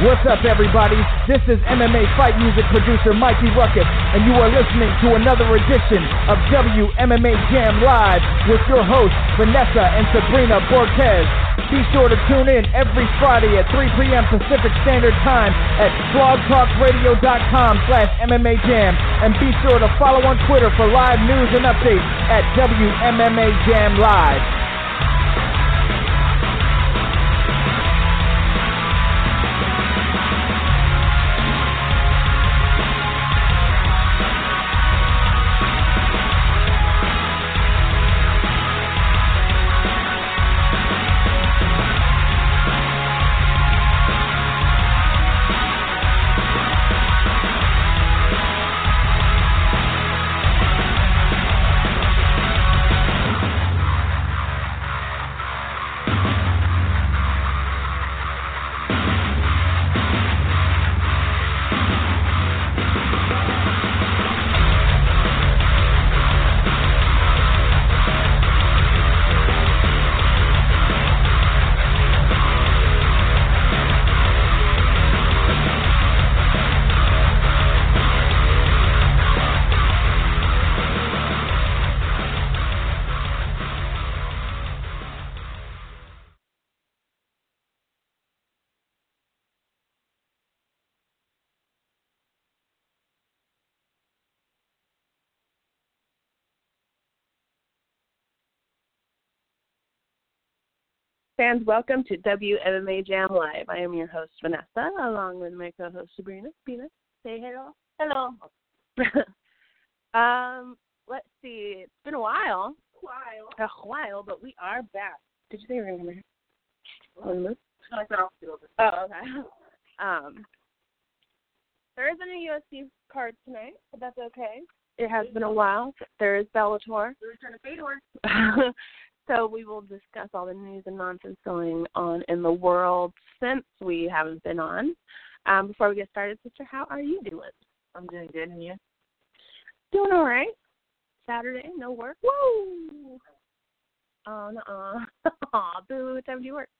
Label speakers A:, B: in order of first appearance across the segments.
A: What's up, everybody? This is MMA fight music producer Mikey Ruckus, and you are listening to another edition of WMMA Jam Live with your hosts, Vanessa and Sabrina Borquez. Be sure to tune in every Friday at 3 p.m. Pacific Standard Time at blogtalkradio.com slash MMA Jam, and be sure to follow on Twitter for live news and updates at WMMA Jam Live.
B: Fans, welcome to WMMA Jam Live. I am your host, Vanessa, along with my co host, Sabrina. Sabrina, say hello. Hello. um, let's see. It's been a while. while. A while, but we are back. Did you say we were going to come here? I said I'll Oh, okay. Um, there isn't a UFC card tonight, but that's okay. It has been a while. There is Bellator. The return of Fedor. So we will discuss all the news and nonsense going on in the world since we haven't been on. Um, before we get started, sister, how are you doing? I'm doing good, and you? Doing all right. Saturday, no work. Woo! Oh, no. Aw, boo, what time do you work?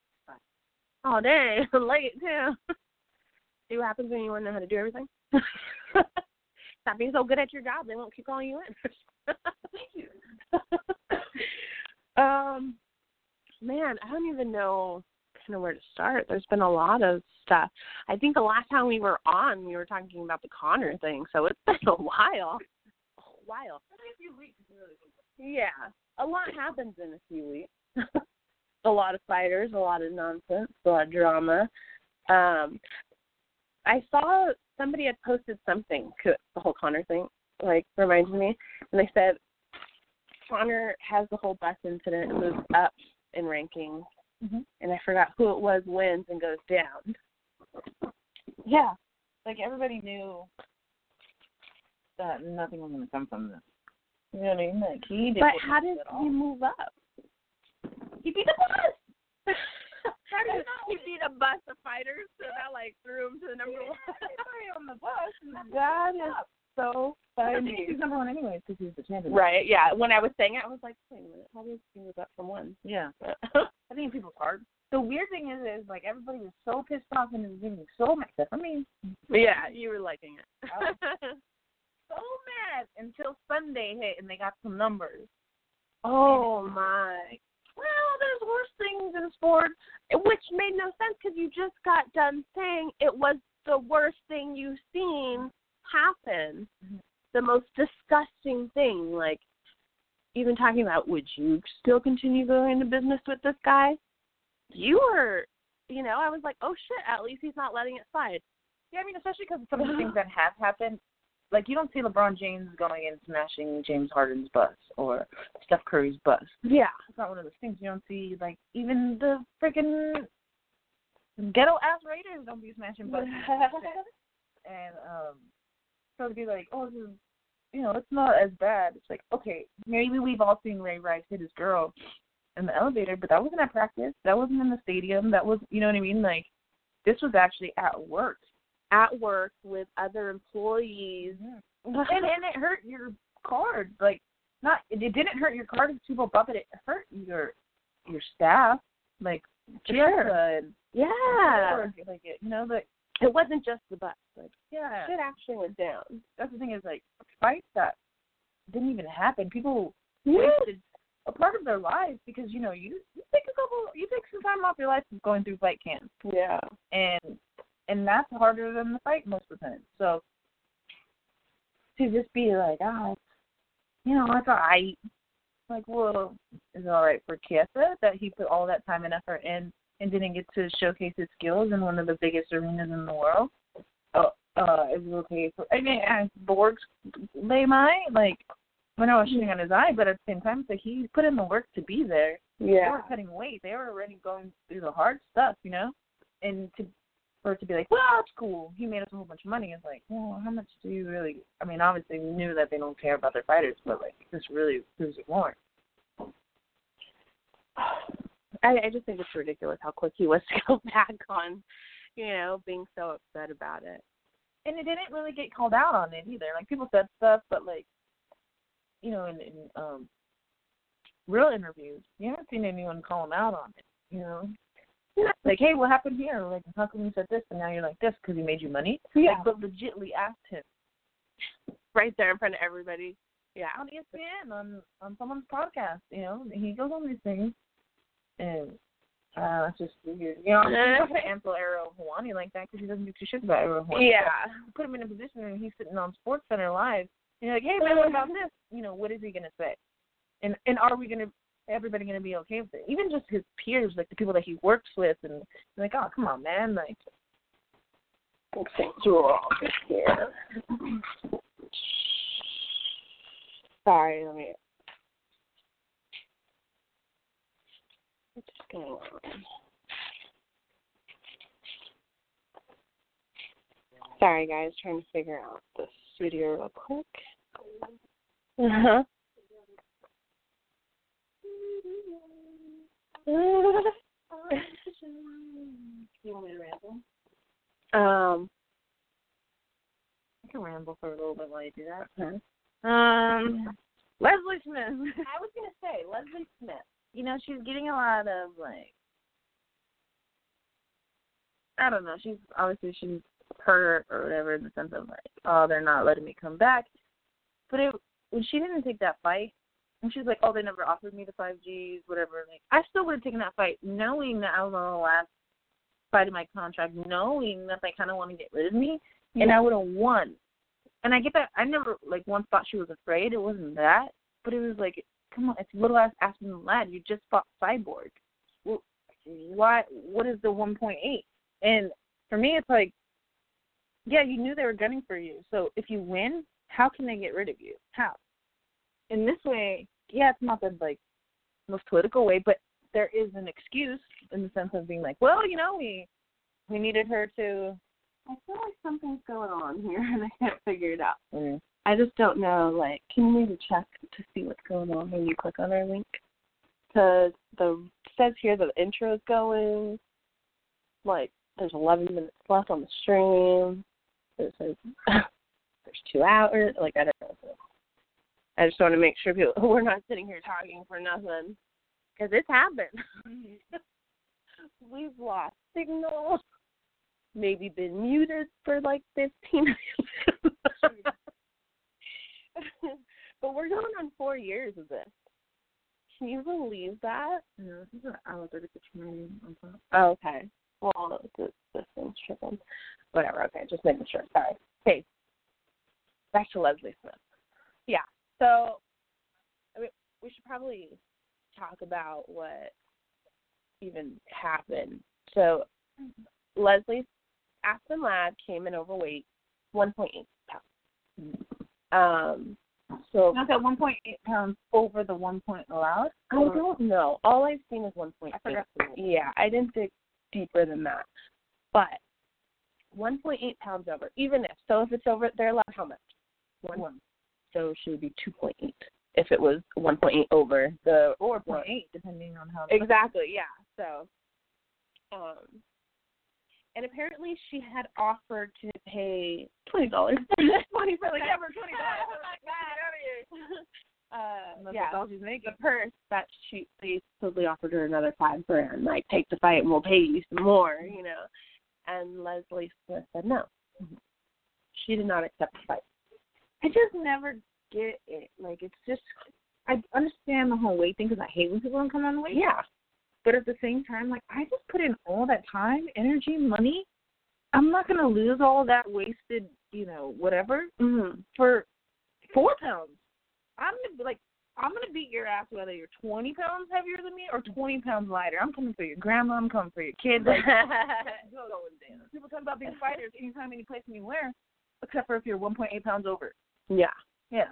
B: All day, late, too. See what happens when you want to know how to do everything? Stop being so good at your job, they won't keep calling you in. Thank you. Um, man, I don't even know kind of where to start. There's been a lot of stuff. I think the last time we were on, we were talking about the Connor thing, so it's been a while. A while. Yeah, a lot happens in a few weeks. a lot of fighters, a lot of nonsense, a lot of drama. Um, I saw somebody had posted something 'cause the whole Connor thing, like reminded me, and they said Connor has the whole bus incident moves up in ranking,
C: Mm-hmm.
B: and I forgot who it was wins and goes down.
C: Yeah. Like everybody knew that nothing was gonna come from this. You know what I mean? Like he did
B: but how did he move up?
C: he beat the bus?
B: How did he beat a bus of fighters? So that like threw him to the number one.
C: Everybody on the bus and that's
B: That is so
C: I think
B: funny.
C: he's number one anyways because he's the champion.
B: Right? Yeah. When I was saying it, I was like, wait a minute, how did he move up from one?
C: Yeah. I think people's hard. The weird thing is is like everybody was so pissed off and was getting so mad except for me.
B: yeah, you were liking it.
C: So mad until Sunday hit and they got some numbers.
B: oh my
C: Well, there's worse things in sports.
B: which made no sense because you just got done saying it was the worst thing you've seen happen, the most disgusting thing. Like, even talking about would you still continue going into business with this guy? You were, you know, I was like, oh shit, at least he's not letting it slide.
C: Yeah, I mean, especially because some of the things that have happened
D: like you don't see LeBron James going and smashing James Harden's bus or Steph Curry's bus.
B: Yeah.
D: It's not one of those things you don't see. Like even the freaking ghetto ass Raiders don't be smashing buses. and um, so to be like, oh, this is, you know, it's not as bad. It's like, okay, maybe we've all seen Ray Rice hit his girl in the elevator, but that wasn't at practice. That wasn't in the stadium. That was, you know what I mean? Like, this was actually at work.
B: At work with other employees.
D: and and it hurt your card. Like not it, it didn't hurt your card if people bought it. It hurt your your staff. Like Jessica and
B: Yeah.
D: George, like it, you know, like
B: It wasn't just the bus. Like
D: yeah.
B: shit actually went down.
D: That's the thing is like fights that didn't even happen. People
B: Yeah.
D: wasted a part of their lives because you know you you take a couple you take some time off your life from going through fight camp
B: Yeah.
D: and and that's harder than the fight most of the time. So to just be like, ah, it's- you know, it's alright. Like, well, it's alright for Kiesa that he put all that time and effort in and didn't get to showcase his skills in one of the biggest arenas in the world. Uh, uh, it was okay for. I mean, uh, Borg's lay my like. I know I was shooting on his eye, but at the same time, it's like he put in the work to be there they
B: Yeah.
D: were cutting weight. They were already going through the hard stuff, you know. And to for it to be like, well, it's cool. He made us a whole bunch of money. It's like, well, how much do you really? I mean, obviously we knew that they don't care about their fighters, but like this really proves it more.
B: I, I just think it's ridiculous how quick he was to go back on, you know, being so upset about it.
D: And it didn't really get called out on it either. Like people said stuff, but like, you know, in, in um real interviews, you haven't seen anyone call him out on it. You know, like, hey, what happened here? Like, how come you said this and now you're like this because he made you money?
B: Yeah.
D: Like, but legitly asked him.
B: Right there in front of everybody. Yeah.
D: on E ESPN on on someone's podcast. You know, he goes on these things, and uh, it's just weird. You know, I'm
B: Uh-huh.
D: not gonna cancel Ariel Hawani like that because he doesn't give two shits about Ariel Hawani.
B: Yeah.
D: put him in a position and he's sitting on Sports Center live. And you're like, hey
B: Uh-huh.
D: man, what about this? You know, what is he gonna say? And and are we gonna everybody gonna be okay with it? Even just his peers, like the people that he works with, and you're like, oh come on man, like
B: Sorry, let me. What's going on? Sorry, guys, trying to figure out the studio real quick. Uh huh.
D: you want me to ramble?
B: Um,
D: I can ramble for a little bit while you do that.
B: um, Leslie Smith.
D: I was gonna say Leslie Smith. You know, she's getting a lot of like I don't know, she's obviously she's hurt or whatever in the sense of like, oh, they're not letting me come back. But it when she didn't take that fight and she's like, Oh, they never offered me the five Gs, whatever like I still would have taken that fight knowing that I was on the last fight of my contract, knowing that they kinda wanna get rid of me and I would have won. And I get that I never like once thought she was afraid. It wasn't that. But it was like, come on, it's little ass Aspen Lad. You just fought Cyborg. Well, why? What is the 1.8? And for me, it's like, yeah, you knew they were gunning for you. So if you win, how can they get rid of you? How? In this way, yeah, it's not the like most political way, but there is an excuse in the sense of being like, well, you know, we we needed her to.
B: I feel like something's going on here and I can't figure it out.
D: Mm.
B: I just don't know. Like, can you maybe check to see what's going on when you click on our link? Because the it says here that the intro is going. Like, there's 11 minutes left on the stream. It says there's two hours. Like, I don't know. I just want to make sure people we're not sitting here talking for nothing because it's happened. Mm-hmm. We've lost signal maybe been muted for like 15 minutes. but we're going on four years of this. Can you believe that?
D: No, this is an hour thirty six minutes on top.
B: Oh, okay. Well, this, this thing's tripping. Whatever. Okay, just making sure. Sorry. Okay. Back to Leslie Smith. Yeah. So, I mean, we should probably talk about what even happened. So, Leslie Aspen Ladd came in overweight, 1.8 pounds.
C: Um, so
D: Not that 1.8 pounds over the 1 point allowed.
C: I don't know. All I've seen is one point
B: I
C: eight.
B: forgot.
C: Yeah, I didn't dig deeper than that. But one point eight pounds over, even if so, if it's over, they're allowed how much? One. So she would be two point eight if it was one point eight over the
D: Or
C: Well,
D: 0.8, depending on how.
C: exactly.
B: yeah. So, um, and apparently she had offered to pay twenty dollars. twenty for like ever
D: oh
B: twenty dollars. I'm like, "Get out of here." Uh,
D: That's
B: yeah,
D: all she's making.
B: the purse that she they supposedly offered her another five grand, like take the fight and we'll pay you some more,
D: Mm-hmm.
B: you know. And Leslie Smith said no. Mm-hmm. She did not accept the fight.
D: I just never get it. Like it's just I understand the whole weight thing because I hate when people don't come on weight.
B: Yeah,
D: But at the same time, like I just put in all that time, energy, money. I'm not gonna lose all that wasted, you know, whatever
B: mm-hmm.
D: for four pounds. I'm gonna be like. I'm gonna beat your ass whether you're 20 pounds heavier than me or 20 pounds lighter. I'm coming for your grandma. I'm coming for your kids. Like, go down. People talk about being fighters anytime, any place, anywhere, except for if you're 1.8 pounds over.
B: yeah.
D: Yeah.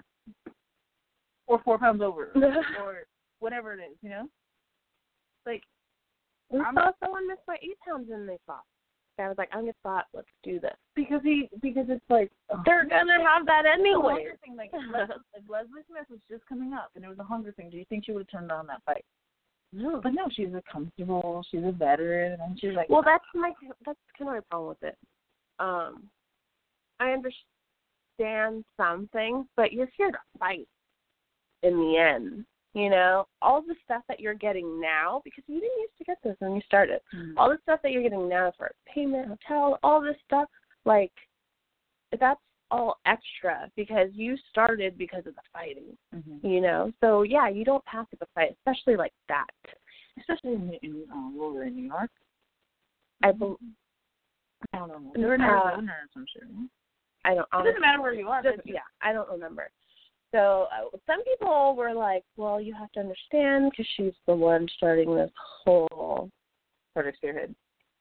D: Or four pounds over, or whatever it is, you know. Like,
B: We
D: I'm-
B: saw someone miss by eight pounds and they fought. I was like, I'm gonna fought. Let's do this.
D: because he, because it's like
B: They're gonna have that
D: a
B: anyway.
D: hunger thing. Like, Les, like Leslie Smith was just coming up, and it was a hunger thing. Do you think she would have turned on that fight? No, but no, she's a comfortable. She's a veteran, and she's like,
B: Well, that's my that's kind of my problem with it. Um, I understand some things, but you're here to fight in the end. You know, all the stuff that you're getting now because you didn't used to get this when you started.
D: Mm-hmm.
B: All the stuff that you're getting now for payment, hotel, all this stuff, like that's all extra because you started because of the fighting.
D: Mhm.
B: You know, so yeah, you don't pass up a fight, especially like that.
D: especially in, in uh, we were in New York.
B: I bel
D: I don't know.
B: Uh,
D: They were in Arizona or some shit.
B: I don't.
D: It
B: Honestly,
D: doesn't matter where you are.
B: Just-
D: but
B: yeah, I don't remember. So uh, some people were like, "Well, you have to understand because she's the one starting this whole
D: Project Spearhead.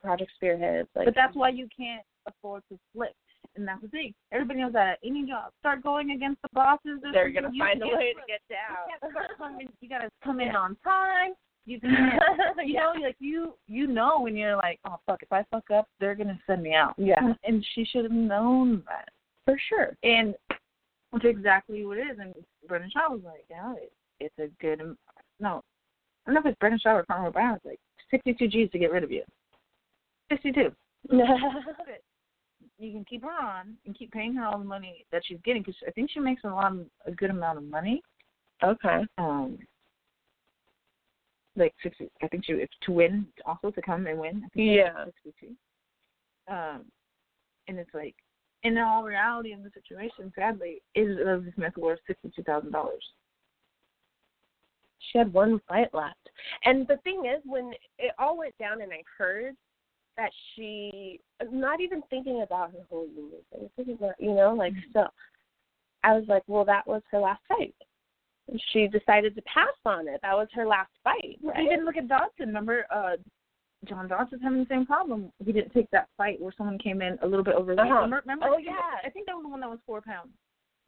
B: Project Spearhead." Like,
D: But that's why you can't afford to flip. And that's the thing. Everybody knows that at any job, start going against the bosses. There's
B: they're gonna
D: something you
B: find a
D: can't
B: way to
D: flip.
B: get
D: You
B: down.
D: can't start coming- You gotta come in on time. You can, you know, like you you know when you're like, oh fuck, if I fuck up, they're gonna send me out.
B: Yeah,
D: And she should have known that.
B: for sure.
D: And it's exactly what it is. And Brendan Shaw was like, yeah, it, it's a good. am- No, I don't know if it's Brendan Shaw or Conor Brown. It's like 62 G's to get rid of you. 62. you can keep her on and keep paying her all the money that she's getting because I think she makes a lot, of, a good amount of money.
B: okay.
D: Um, like sixty. I think she if to win also to come and win. I think
B: Yeah.
D: sixty-two. Um, and it's like, in all reality, in the situation, sadly, is Elizabeth Smith worth sixty-two thousand dollars?
B: She had one fight left. And the thing is, when it all went down, and I heard that she, not even thinking about her whole union thing, thinking about, you know, like
D: Mm-hmm.
B: so, I was like, well, that was her last fight. And She decided to pass on it. That was her last fight. Right?
D: Even look at Dodson. Remember, uh, John Dodson's having the same problem. He didn't take that fight where someone came in a little bit overweight.
B: Uh-huh.
D: Remember, remember?
B: Oh,
D: I think-
B: yeah.
D: I think that was the one that was four pounds.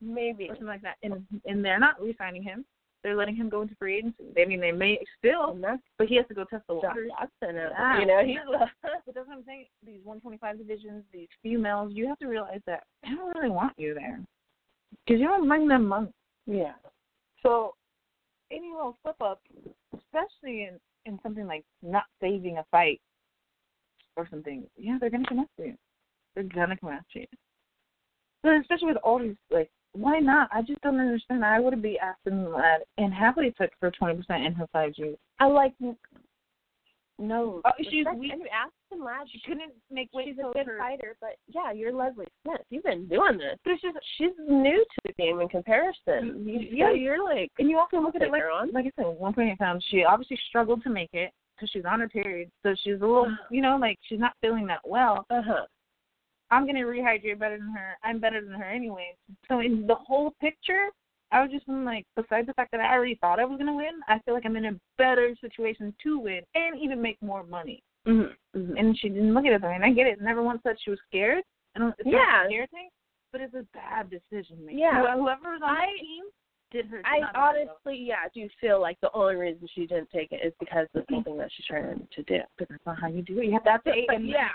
B: Maybe.
D: or something like that. And and they're not re-signing him. They're letting him go into free agency. I mean, they may still,
B: And that's
D: but he has to go test the
B: John
D: waters.
B: Dodson.
D: Yeah.
B: You know, he's
D: But that's what I'm saying. These 125 divisions, these females, you have to realize that I don't really want you there because you don't bring them money.
B: yeah.
D: So any little slip up, especially in in something like not saving a fight or something, yeah, they're gonna come after you. They're gonna come after you. But especially with all these, like, why not? I just don't understand. I would have be asking that, and happily took for twenty percent in her five G.
B: I like. No.
D: Oh, she's
B: respect-
D: weak.
B: And you asked him last.
D: She couldn't make weight
B: she's
D: till
B: a good
D: her-
B: fighter, but yeah, you're Leslie Smith. You've been doing this. But it's just she's new to the game in comparison.
D: You-
B: yeah,
D: yeah.
B: you're like
D: And you also look at it
B: take
D: like,
B: her on.
D: like I said, one point eight pounds. She obviously struggled to make it because she's on her period, so she's a little, you know, like she's not feeling that well.
B: Uh huh.
D: I'm gonna rehydrate better than her. I'm better than her anyway. So in the whole picture, I was just been like, besides the fact that I already thought I was gonna win, I feel like I'm in a better situation to win and even make more money.
B: Mm-hmm.
D: And she didn't look at it that way. And I get it. Never once said she was scared. I don't. It's not
B: Yeah.
D: a scared thing. but it's a bad decision making.
B: Yeah.
D: whoever's on
B: I-
D: the team did her.
B: I
D: job.
B: honestly, yeah, do feel like the only reason she didn't take it is because of something that she's trying to do.
D: but that's not how you do it. You have to
B: That's
D: say
B: like,
D: and
B: yeah,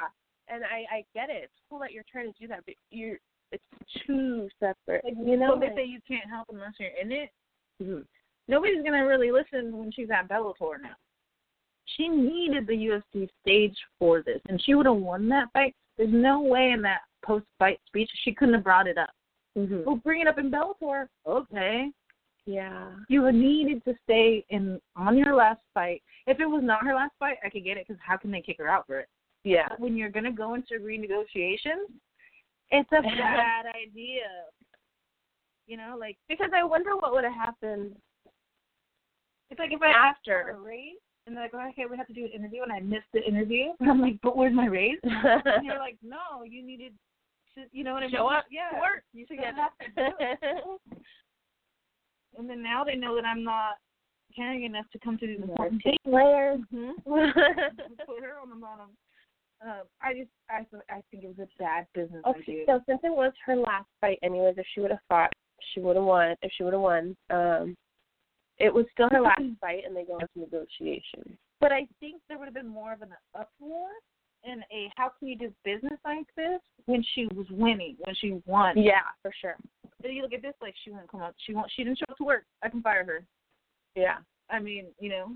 B: and I I get it. It's cool that you're trying to do that, but you're it's two separate. you know,
D: So they say you can't help unless you're in it. Nobody's gonna really listen when she's at Bellator now. She needed the UFC stage for this, and she would have won that fight. There's no way in that post-fight speech she couldn't have brought it up.
B: Mhm.
D: Well, bring it up in Bellator. Okay,
B: yeah,
D: you needed to stay in on your last fight. If it was not her last fight, I could get it because how can they kick her out for it?
B: yeah.
D: But when you're gonna go into renegotiations, it's a bad idea. You know, like
B: Because I wonder what would have happened.
D: It's like if I asked
B: After.
D: for a raise and they're like, "Oh, okay, we have to do an interview, and I missed the interview. And I'm like, but where's my raise? And you're like, no, you needed to, you know what I mean?
B: Show up
D: yeah,
B: to work.
D: You should have to do it. And then now they know that I'm not caring enough to come to these important things.
B: Layer.
D: Put her on the bottom. Um, I just, I, th- I think it was a bad business
B: Okay,
D: idea.
B: so since it was her last fight, anyways, if she would have fought, she would have won. If she would have won, um, it was still her last fight, and they go into negotiations.
D: But I think there would have been more of an uproar and a how can you do business like this when she was winning, when she won.
B: Yeah, for sure.
D: But you look at this like she wouldn't come up. She won't. She didn't show up to work. I can fire her.
B: Yeah.
D: I mean, you know,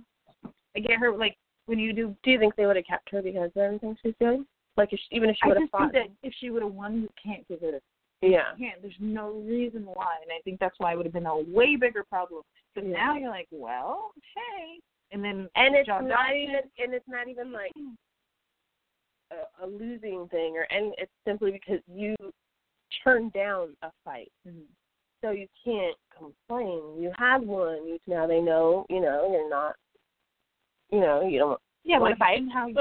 D: I get her. Like when you do,
B: Do you think they would have kept her because of everything she's doing? Like, if she, even if she
D: I
B: would have
D: just
B: fought.
D: think that if she would have won, you can't give it. A,
B: yeah.
D: you can't. There's no reason why, and I think that's why it would have been a way bigger problem. But
B: Yeah.
D: now you're like, well, hey, and then
B: And it's
D: John
B: not
D: Johnson-
B: even, and it's not even like a, a losing thing, or and it's simply because you turned down a fight.
D: Mhm.
B: so you can't complain. You had one. You now they know. You know you're not. You know you don't.
D: Yeah,
B: Wanna
D: like
B: fight?
D: and how you.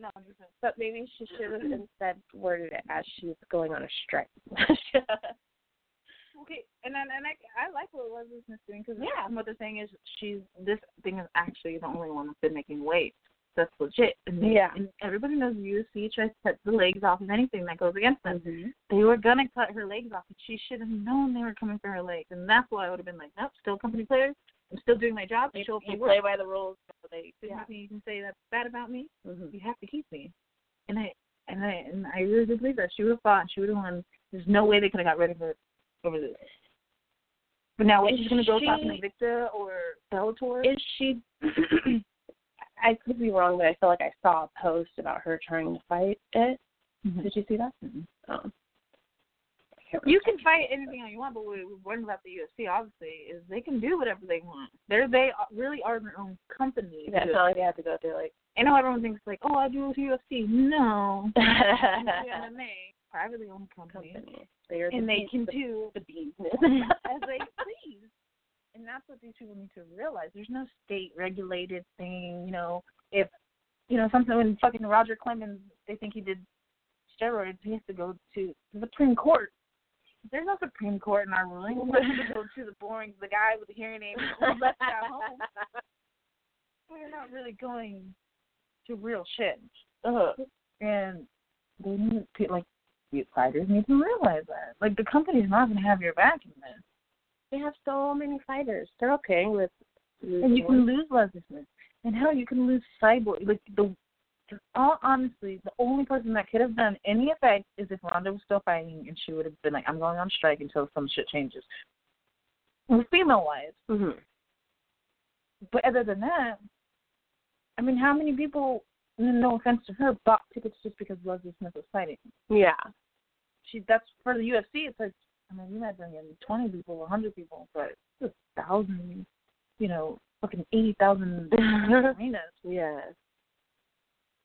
D: no, I'm just
B: But maybe she should have instead worded it as she's going on a strike.
D: Okay, and then, and I I like what Leslie's doing because yeah, what they're saying is she's this thing is actually the only one that's been making weight. That's legit. And they-
B: Yeah.
D: And everybody knows UFC tries to cut the legs off of anything that goes against them.
B: Mm-hmm.
D: They were gonna cut her legs off, and she should have known they were coming for her legs, and that's why I would have been like, nope, still company players. I'm still doing my job.
B: you
D: show up for
B: you
D: work.
B: play by the rules. So they,
D: There's
B: yeah. Mm-hmm.
D: nothing you can say that's bad about me. You have to keep me. And I and I and I really do believe that she would have fought. and She would have won. There's no way they could have got rid of her over this. But now what
B: Is
D: she's gonna go talk to
B: she-
D: Invicta or Bellator?
B: Is she? I could be wrong, but I feel like I saw a post about her trying to fight it.
D: Mhm.
B: Did you see that?
D: Mhm.
B: Oh. I can't
D: you
B: remember.
D: can fight anything you want, but what we're worried about the UFC obviously is they can do whatever they want. They're they are- really are their own company.
B: Yeah, it's not like they have to go through like.
D: I know everyone thinks like, oh, I do UFC. No,
B: yeah.
D: MMA, privately owned Uh-uh. company,
B: Company. They are
D: and
B: the
D: they can
B: beast
D: do
B: of business.
D: as they please. And that's what these people need to realize. There's no state regulated thing, you know, if you know, something when fucking Roger Clemens they think he did steroids, he has to go to the Supreme Court. There's no Supreme Court in our ruling. He has to go to the boring the guy with the hearing aid who left at home. We're not really going to real shit.
B: Ugh.
D: And they need to like the fighters need to realize that. Like the company's not gonna have your back in this.
B: They have so many fighters. They're okay with.
D: and you can lose Leslie and hell, you can lose Cyborg. Like the, all honestly, the only person that could have done any effect is if Ronda was still fighting, and she would have been like, "I'm going on strike until some shit changes." Female wise,
B: Mhm.
D: but other than that, I mean, how many people? No offense to her, bought tickets just because Leslie Smith was fighting.
B: Yeah.
D: She that's for the UFC. It's like I mean, you might bring in twenty people, a hundred people, but it's a thousand, you know, fucking eighty thousand arenas.
B: yeah.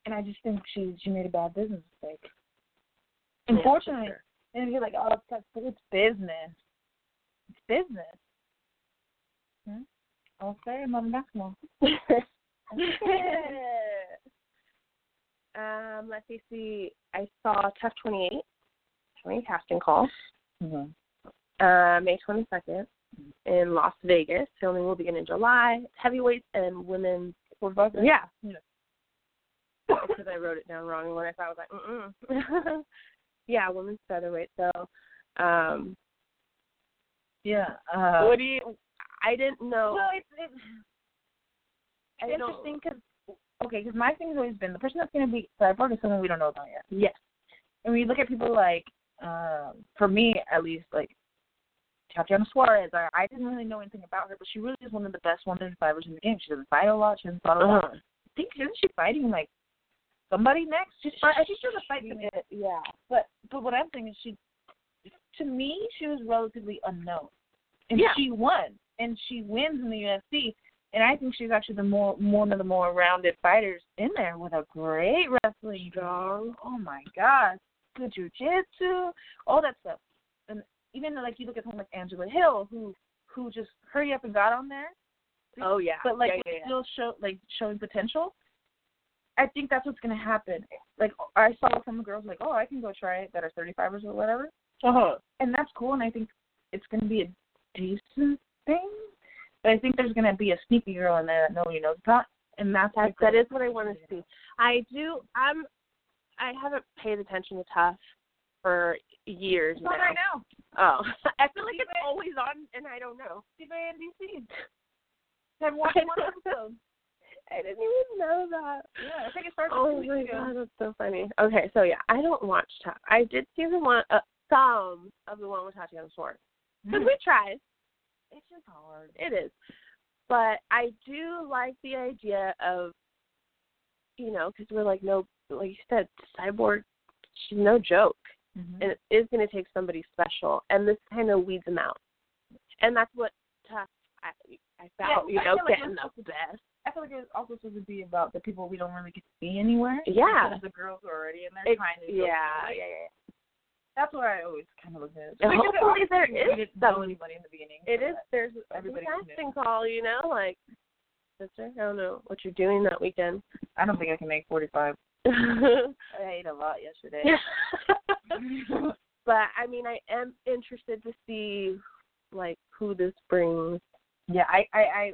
D: and I just think she she made a bad business mistake.
B: Yeah, for
D: Unfortunately,
B: sure.
D: and you're like, oh, it sucks, but it's business. It's business. Hmm? I'll say I'm on basketball.
B: um, let me see. I saw Tough 28 having a casting call
D: Mm-hmm.
B: uh, May 22nd in Las Vegas. Filming will begin in July. Heavyweights and women.
D: For both.
B: Yeah.
D: Yeah.
B: because I wrote it down wrong. And when I thought, I was like, mm yeah, women's featherweight. So, um,
D: Yeah. Uh,
B: what do you? I didn't know.
D: Well, it's, it's
B: I don't-
D: interesting because okay, because my thing's always been the person that's going to be cyborg is something we don't know about yet.
B: yes.
D: And when you look at people like, um, for me at least, like Tatiana Suarez, I, I didn't really know anything about her, but she really is one of the best women fighters in the game. She doesn't fight a lot. She doesn't fight a lot.
B: Uh-huh.
D: I think isn't she fighting like somebody next? She's fight, she's doing a fight to me. Yeah, but but what I'm saying is she, to me, she was relatively unknown, and
B: Yeah.
D: she won, and she wins in the UFC, and I think she's actually the more one of the more rounded fighters in there with a great wrestling. Strong. Oh my gosh, good jujitsu, all that stuff, and even like you look at someone like Angela Hill, who who just hurry up and got on there
B: Oh yeah.
D: but like
B: yeah,
D: we're
B: yeah, yeah.
D: still show like showing potential. I think that's what's gonna happen. Like I saw some girls like, oh, I can go try it that are thirty fivers or whatever,
B: Uh-huh.
D: and that's cool. And I think it's gonna be a decent thing, but I think there's gonna be a sneaky girl in there that nobody knows about, and that's
B: That
D: the
B: that
D: girl-
B: is what I want to see. I do. I'm. I haven't paid attention to Tough for years
D: It's
B: now.
D: on right now.
B: Oh, I feel like
D: Keep
B: it's
D: it.
B: always on, and I don't know.
D: CBNBC. I've watched one episode.
B: I didn't even know that.
D: Yeah, I think it started
B: Oh
D: two
B: my
D: weeks ago.
B: god, that's so funny. Okay, so yeah, I don't watch Tough. I did see the one, uh, some of the one with Tatiana Suarez. Because
D: Mm-hmm.
B: we tried.
D: It's just hard.
B: It is. But I do like the idea of, you know, because we're like, no, like you said, Cyborg, she's no joke.
D: Mhm.
B: And it is going to take somebody special. And this kind of weeds them out. And that's what Tough, I, I found,
D: Yeah, I
B: you know,
D: feel like
B: getting the best.
D: I feel like it's also supposed to be about the people we don't really get to see anywhere.
B: Yeah.
D: Because the girls are already in there
B: It-
D: trying to.
B: yeah, yeah,
D: Like, That's what I always kind of look at.
B: And
D: Like,
B: hopefully
D: obviously,
B: there
D: we
B: is
D: didn't know
B: some-
D: anybody in the beginning.
B: It
D: so
B: is,
D: that-
B: there's
D: everybody
B: a
D: can do it.
B: casting call, you know, like, sister, I don't know what you're doing that weekend.
D: I don't think I can make forty five. I ate a lot yesterday.
B: but I mean, I am interested to see like who this brings.
D: yeah, I I I,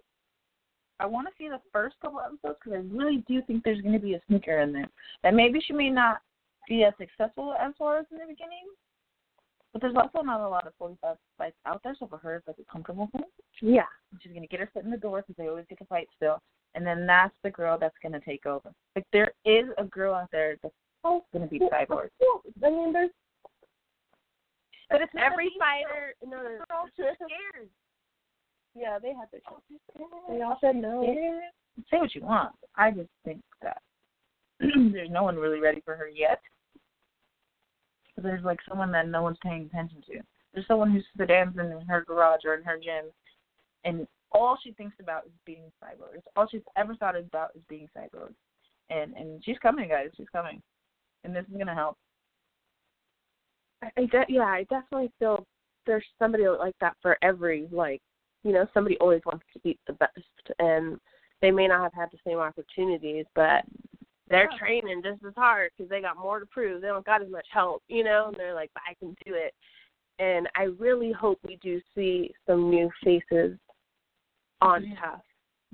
D: I want to see the first couple episodes because I really do think there's going to be a sneaker in there. That maybe she may not be as successful as was in the beginning. But there's also not a lot of 45 fights out there, so for her, it's like a comfortable thing.
B: Yeah,
D: and She's gonna get her foot in the door because they always get to fight still, and then that's the girl that's gonna take over. Like there is a girl out there that's gonna be cyborg,
B: I mean, there's
D: but it's not
B: every
D: these
B: fighter. No, no,
D: girls.
B: no.
D: They're all too scared.
B: yeah, they have their. They all said no.
D: Scared. Say what you want. I just think that there's no one really ready for her yet. But there's like someone that no one's paying attention to. There's someone who sedans in her garage or in her gym, and all she thinks about is being cyborg. It's all she's ever thought about is being cyborg. And and she's coming, guys. She's coming, and this is gonna help.
B: I, I de- yeah, I definitely feel there's somebody like that for every like, you know, somebody always wants to beat the best, and they may not have had the same opportunities, but they're
D: Yeah.
B: training just as hard because they got more to prove. They don't got as much help, you know, and they're like, but I can do it. And I really hope we do see some new faces on
D: Yeah.
B: tough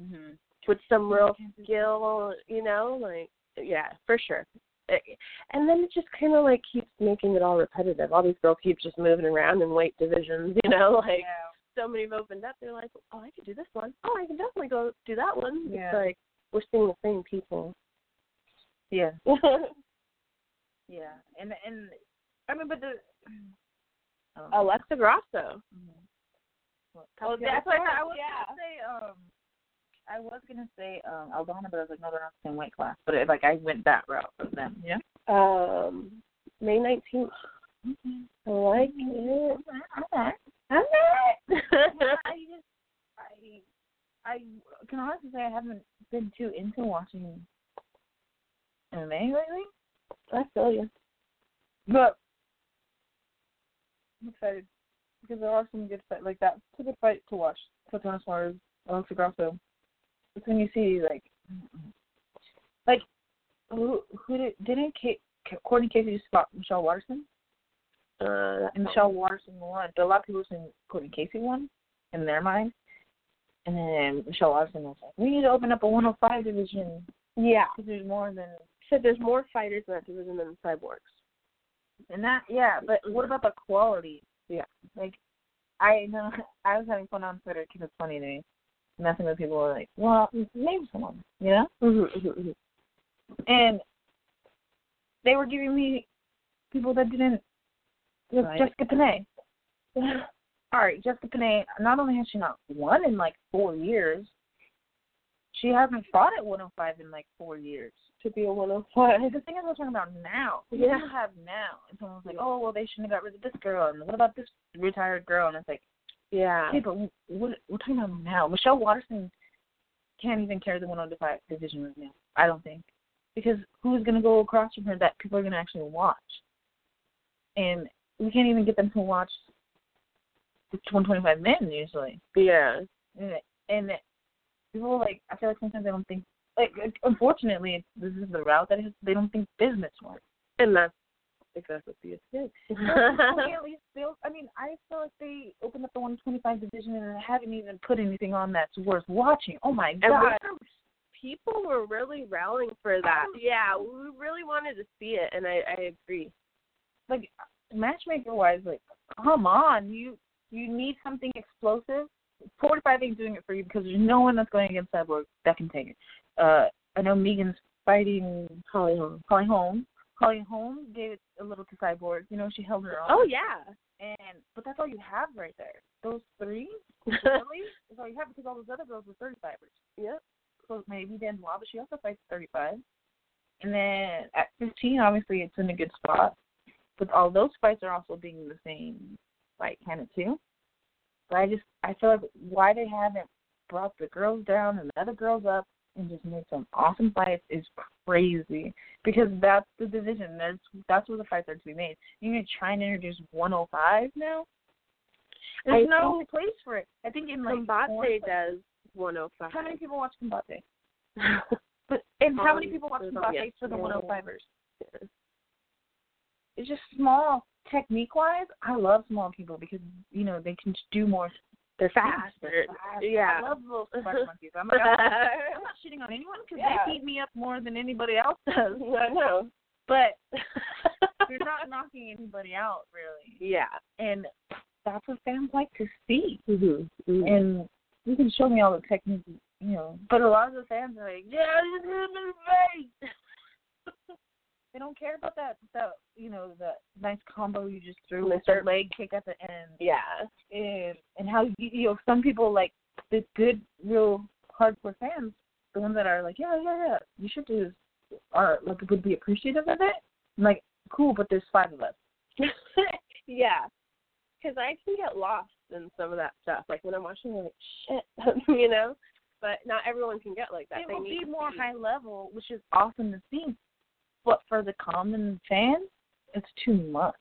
D: Mm-hmm.
B: with some real skill, you know, like yeah, for sure. It- And then it just kind of like keeps making it all repetitive. All these girls keep just moving around in weight divisions, you know, like so many have opened up. They're like, oh, I could do this one. Oh, I can definitely go do that one.
D: Yeah.
B: It's like we're seeing the same people.
D: yeah. Yeah, and and I mean, but the I don't know.
B: Alexa Grasso.
D: Mhm. Well,
B: Oh,
D: yeah,
B: that's
D: that's what
B: right,
D: I was
B: yeah.
D: gonna say. Um, I was gonna say um Aldana, but I was like, no, they're not the same weight class. But it, like, I went that route of them. Yeah.
B: Um, May 19th. I like
D: Okay.
B: it.
D: Okay.
B: I'm
D: Yeah,
B: not.
D: I just I I can honestly say I haven't been too into watching MMA lately.
B: I feel you.
D: But I'm excited because there are some good fight like that's a good fight to watch. Tatiana Suarez, Alexa Grasso. It's when you see like like who who did didn't Kate, Courtney Casey just spot Michelle Watterson
B: Uh,
D: and Michelle Watterson won. But a lot of people think Courtney Casey won in their mind. And then Michelle Watterson was like, "We need to open up a 105 division
B: yeah.
D: because there's more than
B: said there's more fighters in that division than cyborgs.
D: And that, yeah, but what about the quality?
B: Yeah.
D: Like, I know I was having fun on Twitter because it's funny to me. Nothing but people were like, well, name someone, you know?
B: Mm-hmm, mm-hmm.
D: And they were giving me people that didn't. Just
E: Right.
D: Jessica Panay. All right, Jessica Panay, not only has she not won in like four years, she hasn't fought at 105 in like four years.
B: To be a 105.
D: the thing is, we're talking about now. What
B: Yeah.
D: do you have now? And someone's like, oh, well, they shouldn't have got rid of this girl. And what about this retired girl? And it's like,
B: Yeah.
D: hey, but we- what, we're talking about now. Michelle Watterson can't even carry the 105 division right now, I don't think. Because who's going to go across from her that people are going to actually watch? And we can't even get them to watch the 125 men usually
B: Yeah.
D: and and people like I feel like sometimes they don't think like unfortunately this is the route that it has, they don't think business wise.
B: And that's exactly what it is. Uh-huh.
D: at least build. I mean, I feel like they opened up the 125 division and haven't even put anything on that's worth watching. Oh my
B: And
D: god!
B: we- people were really rallying for that. Yeah, we really wanted to see it, and I, I agree.
D: Like matchmaker wise, like come on, you you need something explosive. 45 ain't doing it for you because there's no one that's going against Cyborg that can take it. Uh, I know Megan's fighting
B: Holly Holm.
D: Holly Holmes. Holly Holmes gave it a little to Cyborg. You know, she held her own.
B: Oh yeah.
D: And but that's all you have right there. Those three, really, is all you have because all those other girls were 35ers.
B: Yep.
D: So maybe Dan Law, but she also fights 35. And then at 15, obviously it's in a good spot. But all those fights are also being the same, like kind of too. But I just I feel like why they haven't brought the girls down and the other girls up and just made some awesome fights is crazy because that's the division. That's that's where the fights are to be made. You're gonna try and introduce 105 now.
B: I
D: There's no
B: think-
D: place for it. I think in like four-
B: Combate does 105.
D: how many people watch Combate? But and how many
B: Um,
D: people watch
B: there's
D: Combate
B: obvious-
D: for the
B: yeah.
D: 105ers? It's just small technique wise. I love small people because you know they can do more. They're fast. They're fast.
B: Yeah.
D: I love little spark monkeys. I'm like, I'm not, I'm not shitting on anyone because
B: Yeah.
D: they beat me up more than anybody else does.
B: I know.
D: But they're not knocking anybody out really,
B: yeah.
D: and that's what fans like to see
B: Mm-hmm.
D: and you can show me all the techniques, you know. But a lot of the fans are like, yeah, just hit him in the face. they don't care about that, that you know, the nice combo you just threw with the
B: Mister-
D: leg kick at the end,
B: Yeah.
D: and and how you, you know some people like the good, real hardcore fans, the ones that are like, yeah, yeah, yeah, you should do this, are like would be appreciative of it. I'm like, cool, but there's five of us.
B: yeah. Because I can get lost in some of that stuff. Like when I'm watching, I'm like, shit, you know? But not everyone can get like that.
D: it
B: they
D: will
B: need
D: be
B: to
D: more high level, which is awesome to see. But for the common fan, it's too much.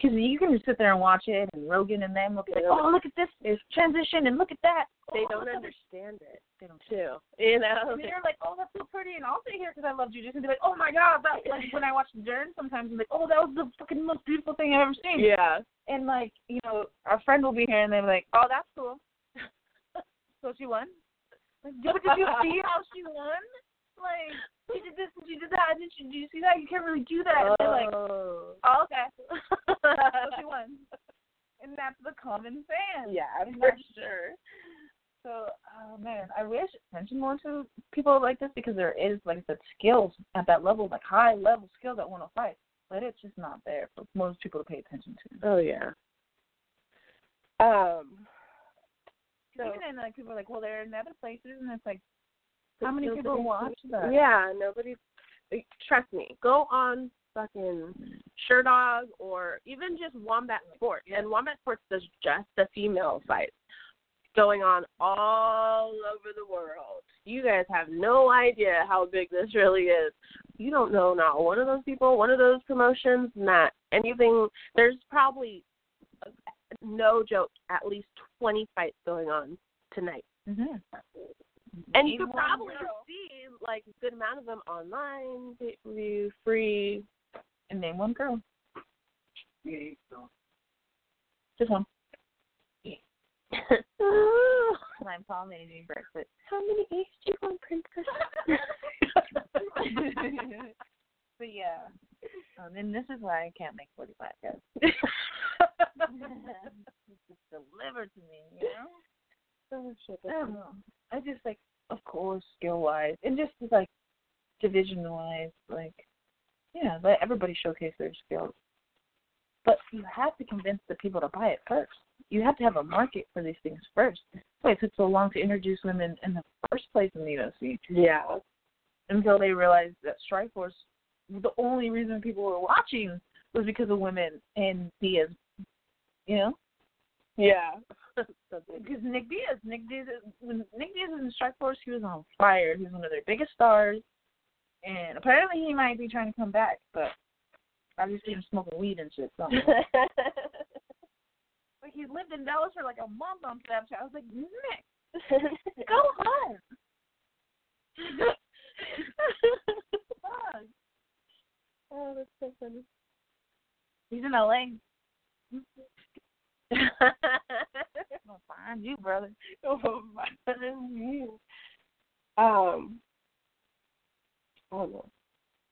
D: Because you can just sit there and watch it, and Rogan and them will be like,
B: Yeah.
D: "Oh, look at this transition, and look at that."
B: They
D: Oh,
B: don't
D: look at this."
B: understand it,
D: They don't.
B: too. You know?
D: And they're like, "Oh, that's so pretty," and I'll sit here because I love jujitsu and be like, "Oh my god, that!" Like when I watch Dern, sometimes I'm like, "Oh, that was the fucking most beautiful thing I've ever seen."
B: Yeah.
D: And like, you know, our friend will be here, and they're like, "Oh, that's cool." so she won. Like, but did you see how she won? Like, she did this and she did that. Did you, did you see that? You can't really do that. And they're like,
B: Oh.
D: "Oh, okay." so she won. And that's the common fan.
B: yeah,
D: And
B: for
D: that's-
B: sure.
D: So, oh man, I wish attention more to people like this because there is, like I said, skills at that level, like high level skills at 105. But it's just not there for most people to pay attention to.
B: Oh, yeah. Um, so,
D: even then, like people are like, well, they're in other places, and it's like, how many people watch that?
B: Yeah, nobody. eh, Trust me. Go on fucking Sherdog or even just Wombat Sports. And Wombat Sports does just the female fights going on all over the world. You guys have no idea how big this really is. You don't know not one of those people, one of those promotions, not anything. There's probably uh, no joke at least 20 fights going on tonight.
D: Mm-hmm.
B: And you could probably see like a good amount of them online, pay per view, free.
D: and name one girl. Just one.
B: time Paul made me breakfast. How many eggs do you want, princess?
D: But yeah. Um, and this is why I can't make 45 guys.
B: just delivered to me, you know?
D: I don't know. Um, I just like, of course, skill wise, and just like division wise, like yeah, let everybody showcase their skills. But you have to convince the people to buy it first. You have to have a market for these things first. That's why it took so long to introduce women in the first place in the UFC
B: Yeah.
D: until they realized that Strikeforce, the only reason people were watching was because of women and Diaz. You know,
B: Yeah.
D: because Nick Diaz, Nick Diaz, when Nick Diaz was in Strike Force, he was on fire. He was one of their biggest stars, and apparently he might be trying to come back, but I just see him smoking weed and shit. So. like he's lived in Dallas for like a month on Snapchat. I was like, Nick, go home. Fuck.
B: oh, that's so funny.
D: He's in LA. I'm gonna find you, brother.
B: Oh my Um. I don't know.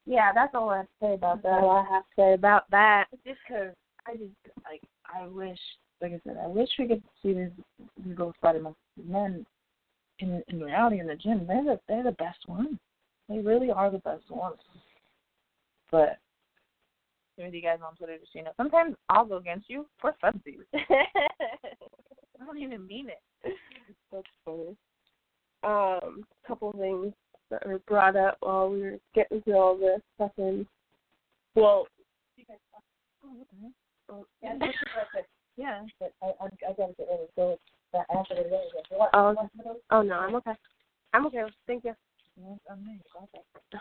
D: Yeah, that's all I have to say about
B: That's all I have to say about that.
D: just because I just like I wish, like I said, I wish we could see these these little spotted monkeys. Men, in in reality, in the gym, they're the they're the best ones. They really are the best ones. But some of you guys on Twitter just you know, sometimes I'll go against you for funsies. I don't even mean it.
B: That's funny. Um, couple things that were brought up while we were getting through all this fucking. Well, Oh,
D: Yeah, yeah, but I I, I gotta get ready to go. But I have to get ready to go. What?
B: Oh,
D: what- what else?
B: oh no, I'm okay. I'm okay. Thank you.
D: Yes, I'm ready. Okay.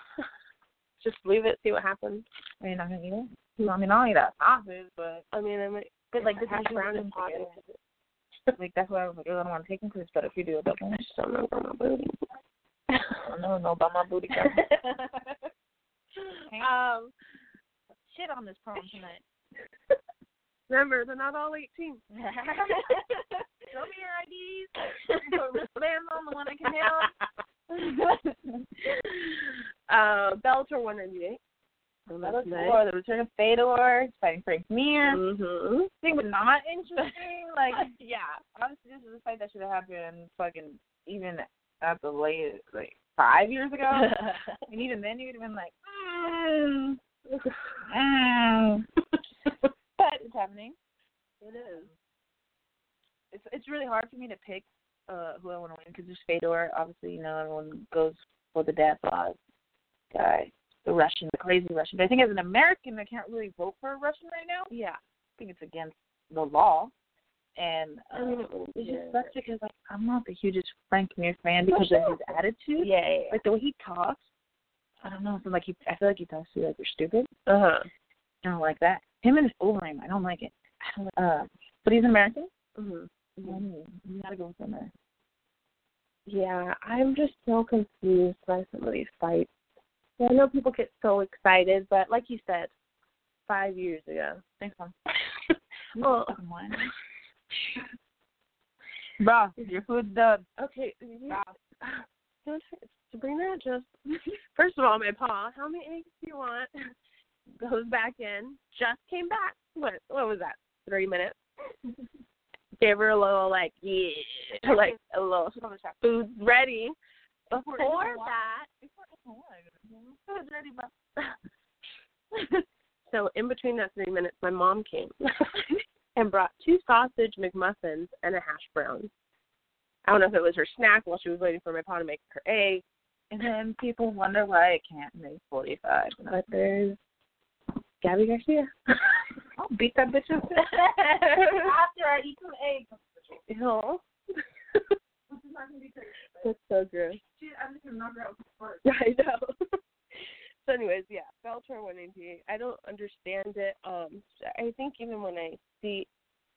B: Just leave it. See what happens.
D: Are you not gonna eat it? I mean, I'll eat that sausage, but
B: I mean, I might. But like this hash brown is hot. and
D: like that's why I was like, "Ew, I don't want to take him because it's better if you do it. But
B: I just don't know where my booty.
D: I don't know, no, about my booty. got
B: um,
D: shit on this prom tonight.
B: remember they're not all 18.
D: Show me your IDs. Land on the one I can help.
B: uh, Bellator 198. So Oh, that's
D: Bellator, the return of Fedor, he's fighting Frank Mir.
B: Mm-hmm.
D: Thing was not interesting. Like,
B: yeah.
D: honestly, this is a fight that should have happened fucking even at the latest, like five years ago. and even then, you would have been like, mm, mm. but it's happening.
B: it is.
D: it's it's really hard for me to pick uh who I want to win because there's Fedor. Obviously, you know everyone goes for the dad bod guy, the Russian, the crazy Russian. But I think as an American, I can't really vote for a Russian right now.
B: Yeah.
D: I think it's against the law, and uh,
B: I mean, it was-
D: it
B: yeah.
D: just sucks because like I'm not the hugest Frank Mir fan because of his attitude.
B: Yeah. yeah,
D: Like the way he talks, I don't know. It's like he, I feel like he talks to you like you're stupid.
B: yeah. Uh-huh.
D: I don't like that. Him and his Overeem, I don't like it. I don't, uh, but he's American.
B: Mm-hmm.
D: mm You gotta go with American.
B: Yeah, I'm just so confused by some of these fights. Yeah, I know people get so excited, but like you said, five years ago.
D: Thanks, mom.
B: Well,
D: Bruh, your food's done.
B: okay. You, Sabrina just, first of all, my paw, how many eggs do you want? Goes back in, just came back. What What was that? Three minutes. Gave her a little, like, yeah, like a little food's ready.
D: Before
B: Before
D: anyone wa-
B: that,
D: before anyone wanted it. Food's ready, but
B: so in between that three minutes, my mom came and brought two sausage McMuffins and a hash brown. I don't know if it was her snack while she was waiting for my paw to make her egg,
D: And then people wonder why I can't make 45. And I'm like,
B: but there's Gabby Garcia.
D: I'll beat that bitch up. After I eat some eggs.
B: Ew.
D: Which is not gonna be crazy.
B: That's so gross.
D: She- I'm just gonna knock her out with a fork.
B: I know. so, anyways, yeah, Bellator 188. I don't understand it. Um, I think even when I see,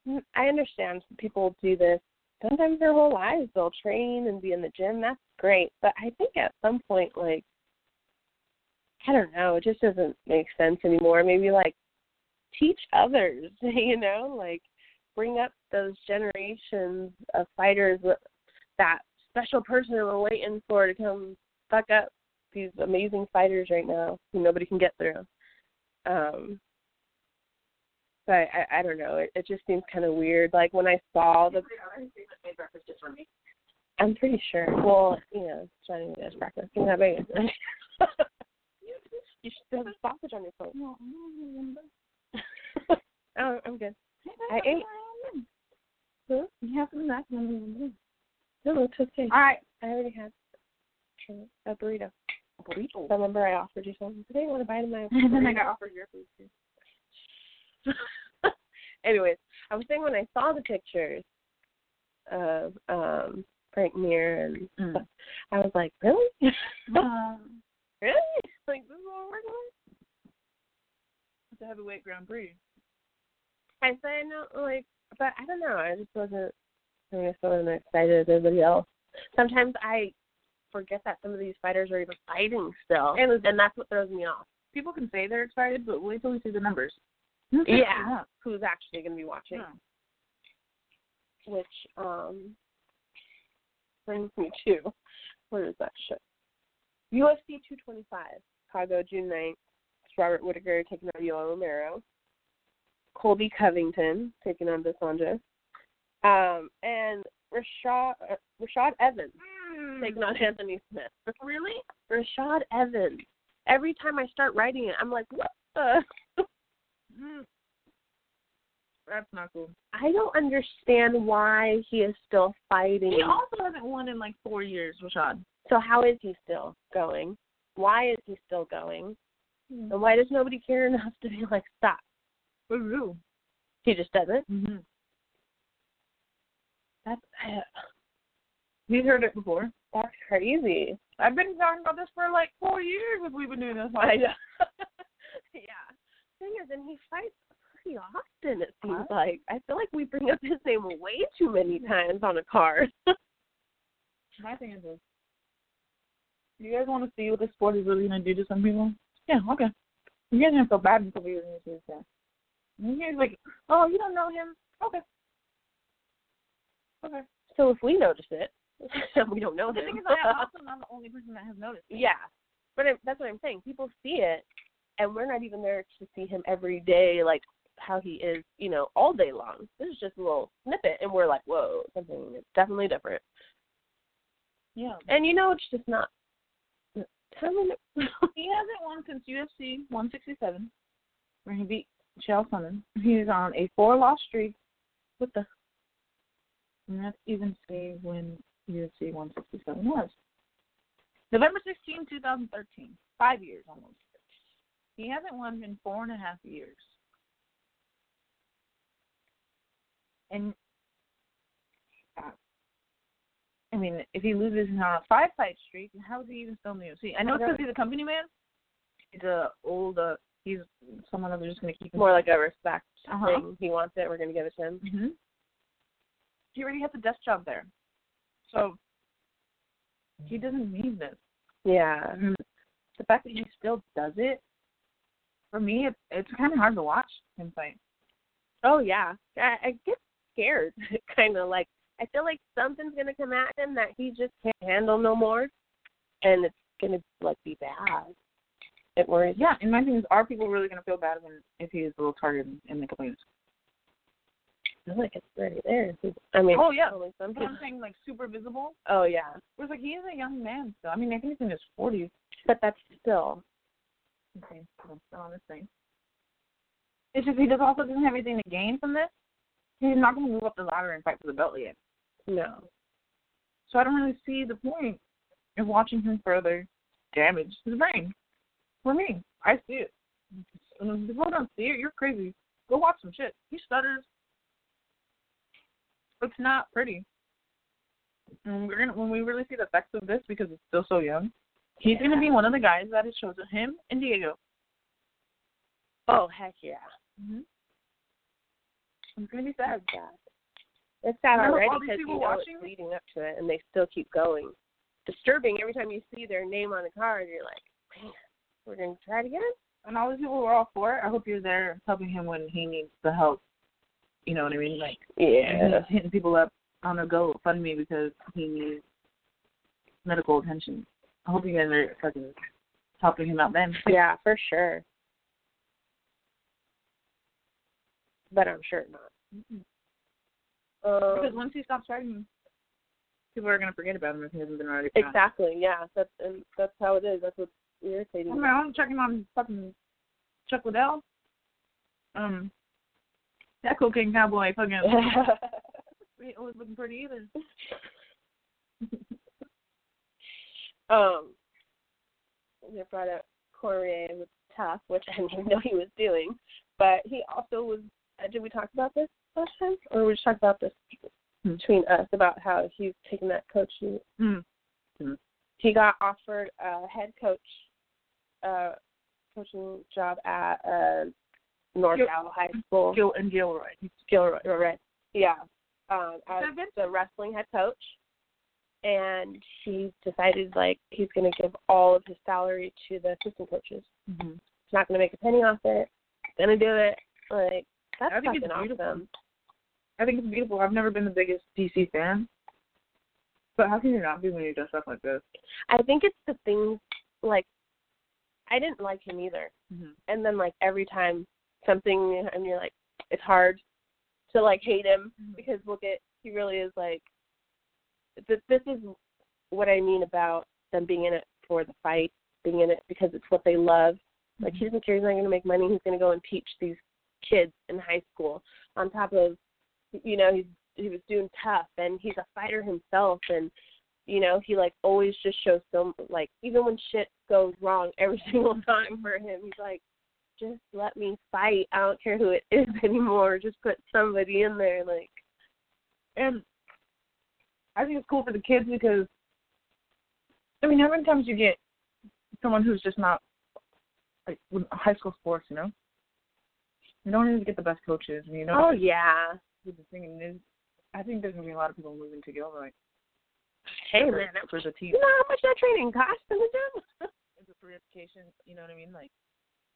B: mm, I understand people do this. Sometimes their whole lives they'll train and be in the gym. That's great, but I think at some point, like, I don't know, it just doesn't make sense anymore. Maybe like teach others, you know, like bring up those generations of fighters. What that special person we're waiting for to come fuck up these amazing fighters right now who nobody can get through. Um, so I, I, I don't know. It, it just seems kind of weird. Like when I saw the. I'm pretty sure. Well, you know, Johnny does breakfast. You have eggs. you should have a sausage on your plate.
D: No, I don't remember.
B: Oh, I'm good. I
D: That's
B: ate-
D: what I remember. You have some last one.
B: No, it's okay.
D: All right.
B: I already had a burrito. I remember I offered you something. Today, want to bite of my
D: And then I
B: burrito?
D: got offered your food too.
B: Anyways, I was saying when I saw the pictures of um Frank Mir and
D: Mm.
B: stuff, I was like, really,
D: Um,
B: really, like this is what we're going.
D: it's a heavyweight Grand Prix.
B: I said no, like, but I don't know. I just wasn't. I mean, I still wasn't excited as everybody else. Sometimes I forget that some of these fighters are even fighting still, and and that's what throws me off.
D: People can say they're excited, but wait till we see the numbers.
B: Yeah. Who's actually going to be watching?
D: Yeah.
B: which um brings me to where is that shit? UFC 225, Chicago, June 9th. It's Robert Whitaker taking on Yoel Romero. Colby Covington taking on Desanjos. Um, and Rashad uh, Rashad Evans taking on Anthony Smith. Mm. Really? Rashad Evans. Every time I start writing it, I'm like, what the?
D: Mm. That's not cool.
B: I don't understand why he is still fighting.
D: He also hasn't won in like four years, Rashad.
B: So how is he still going? Why is he still going? And why does nobody care enough to be like, stop?
D: Hmm. For real.
B: He just doesn't.
D: Mm-hmm. That's uh, you heard it before.
B: That's crazy.
D: I've been talking about this for like four years. If we've been doing this,
B: I know. yeah. Thing is, and he fights pretty often. It seems
D: Huh?
B: like I feel like we bring up his name way too many times on a card.
D: My thing is this. You guys want to see what the sport is really going to do to some people? Yeah, okay. You guys are going to feel bad until we really see that. You guys like, oh, you don't know him? Okay. Okay.
B: so if we notice it, we don't know
D: The
B: him.
D: thing is, I'm also not the only person that has noticed.
B: yeah. But I, that's what I'm saying. People see it, and we're not even there to see him every day, like how he is, you know, all day long. This is just a little snippet, and we're like, whoa, something is definitely different.
D: Yeah.
B: And you know, it's just not. Tell me no-
D: He hasn't won since UFC 167, where he beat Chael Sonnen. He is on a four-loss streak.
B: what the
D: And that's even say when UFC 167 was. November 16, 2013. Five years almost. He hasn't won in four and a half years. And, uh, I mean, if he loses on a five fight streak, how is he even still in the UFC? I know it's because he's a company man. He's a old, uh, he's someone that they're just going to keep him.
B: more like a respect
D: Uh-huh.
B: thing. He wants it. We're gonna give it to him.
D: Mm-hmm. He already has a desk job there, so he doesn't need this.
B: Yeah.
D: Um, the fact that he still does it, for me, it, it's kind of hard to watch him fight.
B: Oh yeah. I, I get scared, kind of like I feel like something's gonna come at him that he just can't handle no more, and it's gonna like be bad. It worries.
D: Yeah, and my thing is, are people really going to feel bad when if he is a little targeted in the complaints?
B: I feel like it's already there. I mean,
D: Oh, yeah.
B: only some
D: But I'm
B: people-
D: saying like super visible.
B: Oh yeah.
D: Whereas like he is a young man still. I mean, I think he's in his 40s.
B: But that's still.
D: Okay, so still on this thing. It's just he does also doesn't have anything to gain from this. He's not going to move up the ladder and fight for the belt yet.
B: No.
D: So I don't really see the point in watching him further damage his brain. For me, I see it. And if people don't see it, you're crazy. Go watch some shit. He stutters. It's not pretty. And we're gonna, when we really see the effects of this, because it's still so young, he's gonna be one of the guys that it shows him and Diego.
B: Oh heck yeah.
D: Mm-hmm. It's gonna be sad.
B: It's sad
D: Remember
B: already
D: all these
B: because you
D: people
B: know
D: watching?
B: it's leading up to it, and they still keep going. Disturbing every time you see their name on the card, you're like, man, we're gonna try it again.
D: and all these people were all for it. I hope you're there helping him when he needs the help. You know what I mean? Like
B: Yeah.
D: hitting people up. on a GoFundMe because he needs medical attention. I hope you guys are fucking helping him out then.
B: Yeah, for sure. But I'm sure not. Um,
D: because once he stops driving, people are gonna forget about him if he hasn't been already. found.
B: Exactly. Yeah. That's and that's how it is. That's what's irritating.
D: I mean, I'm checking on fucking Chuck Liddell. Um, that cocaine cowboy fucking he ain't always looking pretty either.
B: um, they brought up Corey was tough, which I didn't even know he was doing. But he also was. Uh, did we talk about this last time, or we just talked about this
D: Hmm.
B: between us about how he's taking that coaching?
D: Hmm.
B: He got offered a head coach, uh, coaching job at uh, North
D: Gil-
B: Al High School.
D: Gil and Gilroy.
B: Gilroy, right? Yeah, um, as
D: that good?
B: the wrestling head coach, and he decided like he's going to give all of his salary to the assistant coaches.
D: Mm-hmm.
B: He's not going to make a penny off it. Going to do it. Like that's
D: I think
B: fucking
D: it's beautiful.
B: awesome.
D: I think it's beautiful. I've never been the biggest DC fan, but how can you not be when you do stuff like this?
B: I think it's the things like I didn't like him either,
D: Mhm.
B: and then like every time something, and you're like, it's hard to like hate him because look at he really is like th- this is what I mean about them being in it for the fight, being in it because it's what they love. Like he doesn't care he's not going to make money. He's going to go and teach these kids in high school. On top of, you know, he's he was doing tough and he's a fighter himself and you know he like always just shows so like even when shit goes wrong every single time for him he's like just let me fight i don't care who it is anymore just put somebody in there like
D: And I think it's cool for the kids because, I mean, how many times you get someone who's just not like with high school sports, you know? You don't always get the best coaches, and you don't
B: oh yeah
D: with the thing, and there's, I think there's gonna be a lot of people moving to Gilroy
B: hey man that-
D: for the team.
B: you know how much that training costs in the gym
D: It's a free education, you know what I mean? Like,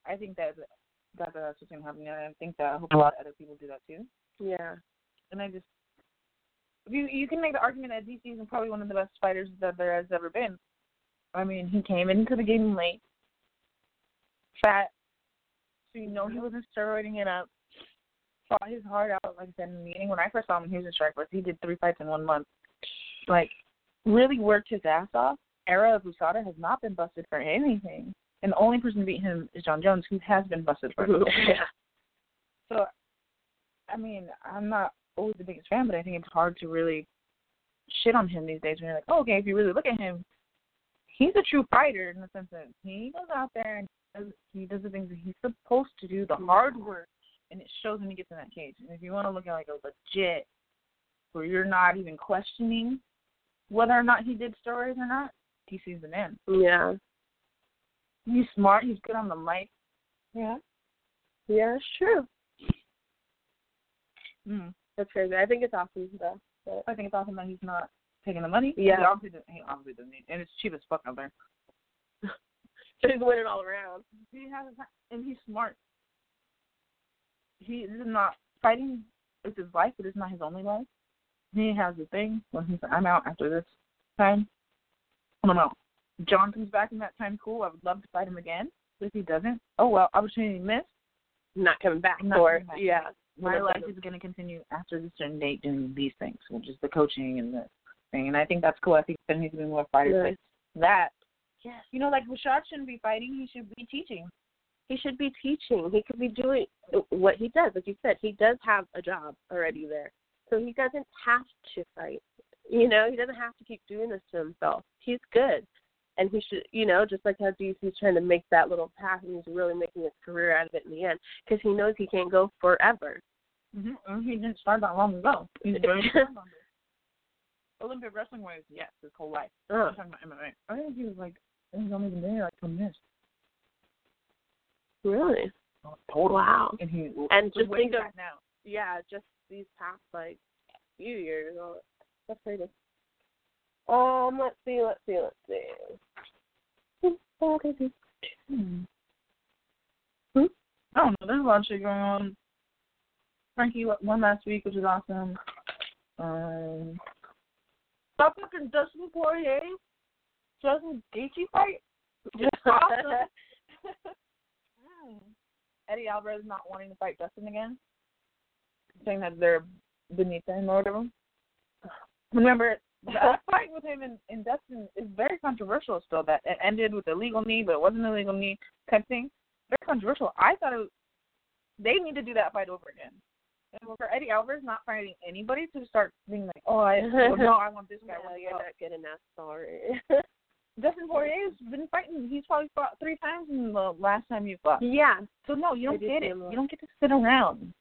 D: I think that that that's what's gonna happen, and I think that I hope a lot of other people do that too.
B: yeah
D: and I just you you can make the argument that DC is probably one of the best fighters that there has ever been. I mean, he came into the game late, fat, so you know he wasn't steroiding it up. Fought his heart out, like I said in the beginning. When I first saw him, he was in Strike Force. He did three fights in one month. Like, really worked his ass off. Era of Usada has not been busted for anything, and the only person to beat him is John Jones, who has been busted for. anything. So, I mean, I'm not always the biggest fan, but I think it's hard to really shit on him these days. When you're like, oh, okay, if you really look at him, he's a true fighter in the sense that he goes out there and does, he does the things that he's supposed to do, the hard work, and it shows when he gets in that cage. And if you want to look at like a legit, where you're not even questioning whether or not he did stories or not, DC's the man.
B: yeah
D: He's smart. He's good on the mic.
B: yeah yeah sure
D: Mm.
B: that's crazy i think it's awesome though but
D: I think it's awesome that he's not taking the money.
B: Yeah.
D: He obviously doesn't, he obviously doesn't need And it's cheap as fuck out there.
B: he's winning all around
D: He has, and he's smart. He this is not fighting. It's his life, but it's not his only life. He has the thing when he's like, I'm out after this time. I don't know. John comes back in that time, cool. I would love to fight him again. But if he doesn't, oh well, opportunity missed.
B: not coming back
D: Not
B: for
D: coming back.
B: yeah
D: my
B: Whatever.
D: life is going to continue after this certain date doing these things, which is the coaching and the thing. And I think that's cool. I think then he's going to be more fighters.
B: Right.
D: But that, yes. you know, like Rashad shouldn't be fighting. He should be teaching.
B: he should be teaching. He could be doing what he does. Like you said, he does have a job already there. So he doesn't have to fight. You know, he doesn't have to keep doing this to himself. He's good. And he should, you know, just like how DC's trying to make that little path and he's really making his career out of it in the end because he knows he can't go forever.
D: Mm-hmm. And he didn't start that long ago. He's very strong on this. Olympic wrestling was, yes, his whole life.
B: Ugh.
D: I'm talking about MMA. I think he was like, he's only been doing it like 20 years.
B: Really?
D: Totally.
B: Wow.
D: And he
B: And
D: with
B: just
D: what
B: think
D: he's
B: of-
D: at now.
B: Yeah, just these past like few years. That's crazy. Um, let's see, let's see, let's see.
D: I don't know. There's a lot of shit going on. Frankie won last week, which is awesome.
C: Um,
D: That fucking Dustin Poirier, Justin Gaethje fight was awesome. Mm. Eddie Alvarez not wanting to fight Dustin again, saying that they're beneath him or whatever. Remember that fight with him and, and Dustin is very controversial. Still, that it ended with a legal knee, but it wasn't a legal knee type thing. Very controversial. I thought it was, they need to do that fight over again. And for Eddie Alvarez not fighting anybody to start being like, oh, I well, no, I want this guy. I want
B: no,
D: this
B: you're
D: guy.
B: not good enough. Sorry.
D: Dustin Poirier's been fighting. He's probably fought three times in the last time you fought.
B: yeah.
D: So no, you
B: I
D: don't
B: just
D: get it.
B: am-
D: You don't get to sit around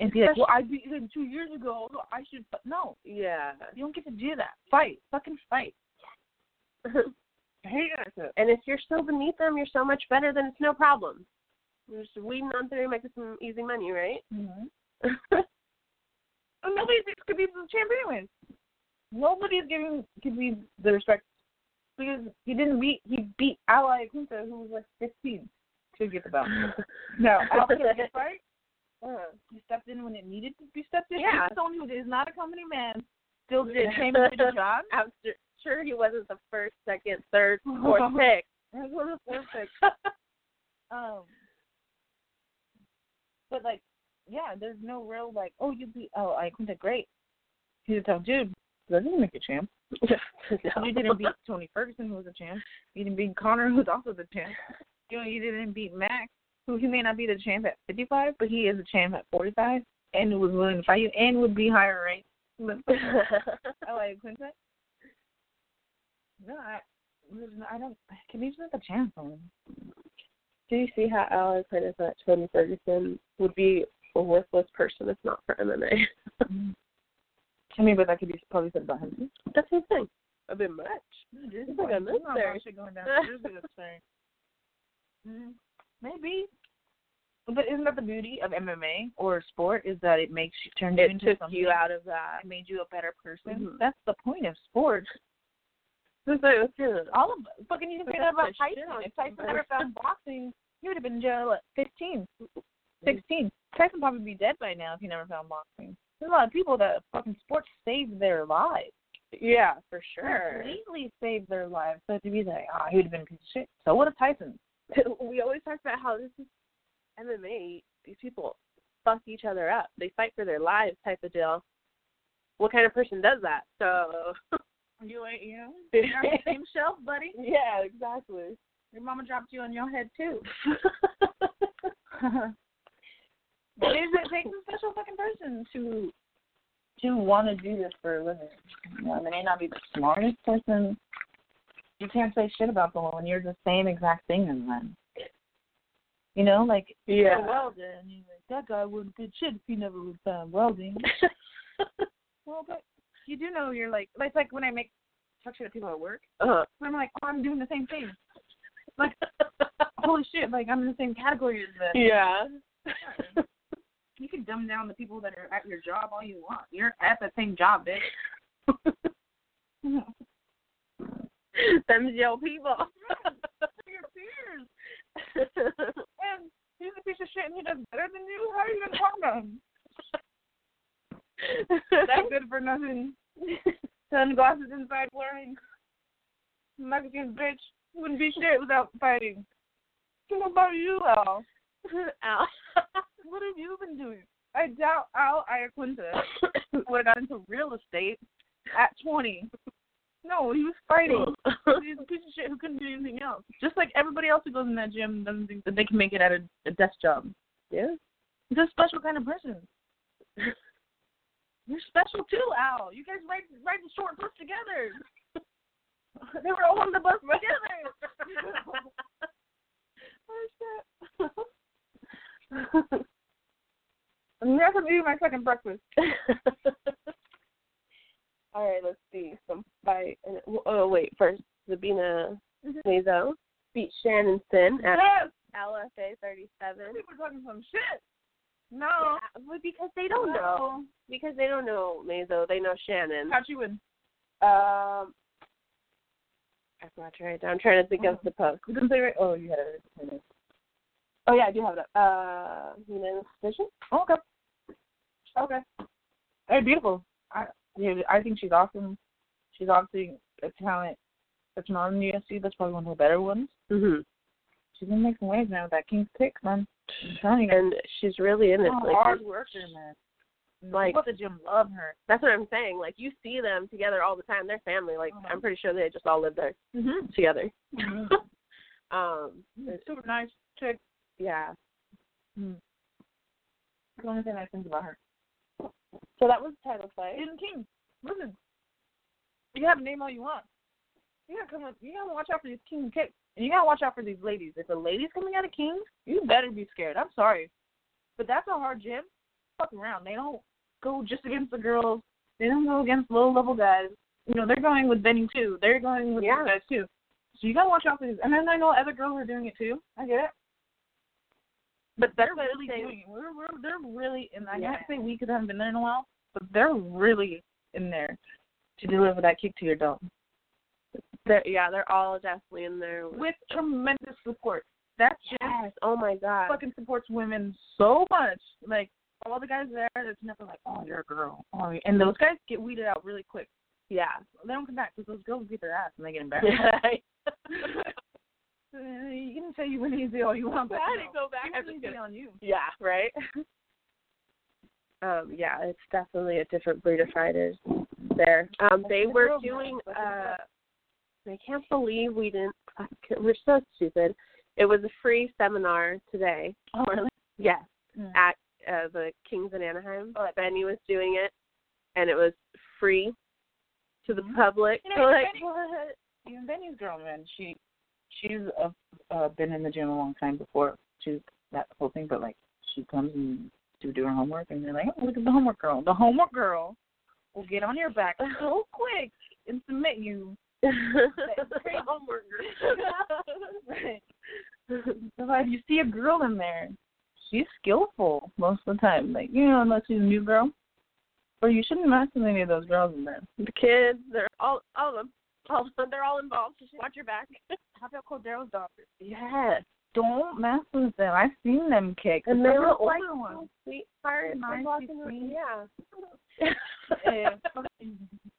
D: and be like, "Well, I beat him two years ago. so I should." But no,
B: Yeah.
D: you don't get to do that. Fight, fucking fight. I hate that.
B: and if you're so beneath them, you're so much better, then it's no problem. You're just weeding on through and making some easy money, right?
D: Mm-hmm. And nobody thinks Khabib's the champion anyways. Nobody is giving Khabib the respect because he didn't beat he beat Ally Quinta, who was like 15 to get the belt. no, after the fight,
B: Uh-huh.
D: uh, he stepped in when it needed to be stepped in.
B: Yeah.
D: He's someone who is not a company man still did came and did the job.
B: I'm su- sure he wasn't the first, second, third, fourth pick.
D: That's what it's perfect. um, but like, yeah, there's no real like, oh, you beat oh, I Quinta great. He's a tough dude. That doesn't make a champ. You didn't beat Tony Ferguson, who was a champ. You didn't beat Connor, who's also the champ. You know, you didn't beat Max, who he may not be the champ at 55, but he is a champ at 45, and was willing to fight you, and would be higher ranked. than LA Quinta. No, I, there's no- I don't. Khabib's not the champ. though.
B: Do you see how Ally Quinn is not Tony Ferguson would be a worthless person if not for MMA?
D: I mean, but that could be probably said about him.
B: That's his thing. A bit much.
D: It's
B: like a military.
D: going down. There's a military. Mhm. Maybe. But isn't that the beauty of MMA or sport is that it makes you turn you
B: It
D: into
B: took
D: something.
B: you out of that.
D: It made you a better person.
B: Mhm.
D: That's the point of sports.
B: That's what it was good.
D: All of fucking you can say that about
B: That's the shit
D: Tyson.
B: on
D: If Tyson
B: somebody.
D: never found boxing, he would have been in jail at 15, 16. Tyson probably be dead by now if he never found boxing. There's a lot of people that fucking sports saved their lives.
B: Yeah, for
D: completely saved their lives. So to be like, ah, he would have been a piece of shit. So what if Tyson?
B: we always talk about how this is MMA. These people fuck each other up. They fight for their lives, type of deal. What kind of person does that? So
D: You ain't you. You're on the same shelf, buddy.
B: yeah, exactly.
D: Your mama dropped you on your head too. but it, it takes a special fucking person to to want to do this for a living. You know, they may not be the smartest person. You can't say shit about them when you're the same exact thing as them. You know, like
B: Yeah.
D: you're a welder, and you're like, that guy wouldn't good shit if he never was done welding. well, but you do know you're like, like, like when I make talk shit to people at work,
B: Uh,
D: and I'm like, oh, I'm doing the same thing. Like, holy shit, like I'm in the same category as this.
B: yeah.
D: You can dumb down the people that are at your job all you want. You're at the same job, bitch.
B: Them's your people.
D: your peers. And he's a piece of shit and he does better than you. How are you gonna talk about him? That good for nothing. Sunglasses inside wearing. Mexican bitch wouldn't be shit without fighting. What about you, Al?
B: Ow.
D: What have you been doing? I doubt Al Iaquinta would have got into real estate at 20. No, he was fighting. He's a piece of shit who couldn't do anything else. Just like everybody else who goes in that gym doesn't think that they can make it at a, a desk job.
B: yeah.
D: He's a special kind of person. You're special too, Al. You guys ride ride the short bus together. they were all on the bus together. oh shit. I'm not gonna eat my fucking breakfast.
B: All right, let's see some fight. And oh wait, first Zabina Mazo beat Shannon Sin at
D: Mm-hmm. Yes,
B: LFA 37.
D: people talking some shit. No,
B: Well, because they don't know.
D: no.
B: Because they don't know Mazo. They know Shannon.
D: How'd you win?
B: Um, I forgot to write it down. I'm trying to think
D: Mm-hmm.
B: of the post.
D: Didn't they? write- Oh, you had it.
B: Oh yeah, I do have it up. Uh, unanimous decision.
D: Okay. Okay. Hey, beautiful. I, dude, I think she's awesome. She's obviously a talent that's not in the UFC. That's probably one of the better ones.
B: hmm
D: She's been making waves now with that King's Pick, man. I'm telling you,
B: And she's really in
D: she's
B: it.
D: a
B: Like,
D: Oh, hard worker, man.
B: Like-
D: people at the gym love her.
B: that's what I'm saying. Like you see them together all the time. They're family. Like
D: Uh-huh.
B: I'm pretty sure they just all live there
D: Mm-hmm.
B: together. um,
D: Super nice chick.
B: yeah.
D: That's the only thing I think about her.
B: So that was the title fight.
D: Asian team, listen. You can have a name all you want. You gotta come up. You gotta watch out for these king kicks, and you gotta watch out for these ladies. If a lady's coming out of kings, you better be scared. I'm sorry, but that's a hard gym. Fuck around. They don't go just against the girls. They don't go against low level guys. You know they're going with Benny too. They're going with
B: Yeah.
D: these guys too. So you gotta watch out for these. And then I know other girls are doing it too. I get it. But that's
B: They're
D: really
B: really
D: doing it. We're, we're, they're really in. I
B: Yeah.
D: can't say we could haven't been there in a while, but they're really in there to deliver that kick to your dome
B: They're, yeah, they're all definitely in there. With,
D: with tremendous support. That shit
B: yes. Oh my God.
D: fucking supports women so much. Like all the guys there, it's never like, oh, you're a girl. Oh, you-" and those guys get weeded out really quick.
B: yeah.
D: They don't come back because those girls beat their ass and they get embarrassed.
B: yeah.
D: Uh, you can say you went easy all you want, but
B: I
D: no.
B: didn't go back.
D: You
B: I
D: went
B: was
D: easy
B: gonna-
D: on you.
B: Right. Um, yeah, it's definitely a different breed of fighters there. Um, they
D: That's
B: were
D: real nice.
B: doing
D: That's
B: uh I can't believe we didn't fuck- we're so stupid. It was a free seminar today.
D: Oh, really?
B: Yes.
D: Mm.
B: At uh, the Kings in Anaheim.
D: Oh,
B: Benny was doing it and it was free to the
D: Mhm.
B: public.
D: You know,
B: So, like,
D: Benny- Even Benny's grown, man. She she's uh, uh, been in the gym a long time before. She's that whole thing, but like she comes and to do her homework, and they're like, oh, "Look at the homework girl. The homework girl will get on your back so quick and submit you." Great
B: homework.
D: Right. so like, you see a girl in there, she's skillful most of the time. Like you know, unless she's a new girl, but you shouldn't mess with any of those girls in there.
B: the kids, they're all all of them. All, they're all involved. Just watch your back.
D: How about Cordero's daughter?
B: Yes.
D: Don't mess with them. I've seen them kick.
B: And
D: They're
B: they
D: the
B: look like
D: older ones.
B: little sweethearts.
D: Nice
B: and walking around-
D: sweet.
B: Yeah.
D: Yeah.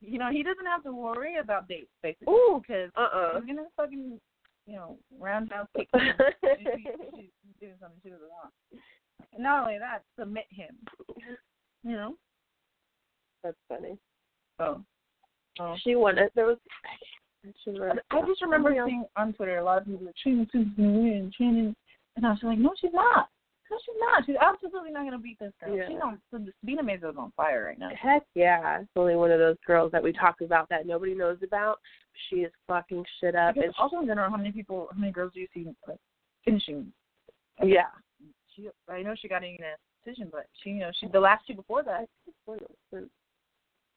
D: you know, he doesn't have to worry about dates, basically.
B: Ooh.
D: because
B: Uh uh
D: I'm gonna fucking, you know, roundhouse kick him. if she,
B: yeah.
D: she's doing something she doesn't want. And not only that, submit him. You know.
B: That's funny.
D: So. Oh.
B: She won it. There was. I can't remember.
D: I just remember
B: Yeah.
D: seeing on Twitter a lot of people like Trina Susan and Trina, and I was like, no, she's not. No, she's not. She's absolutely not gonna beat this girl.
B: Yeah.
D: She's on. Sabina Mazo's on fire right now.
B: Heck yeah. It's only one of those girls that we talked about that nobody knows about. She is fucking shit
D: I
B: up.
D: guess
B: And
D: also in general, how many people, how many girls do you see like, finishing?
B: she, yeah.
D: She, I know she got in a decision, but she, you know, she the last two before that,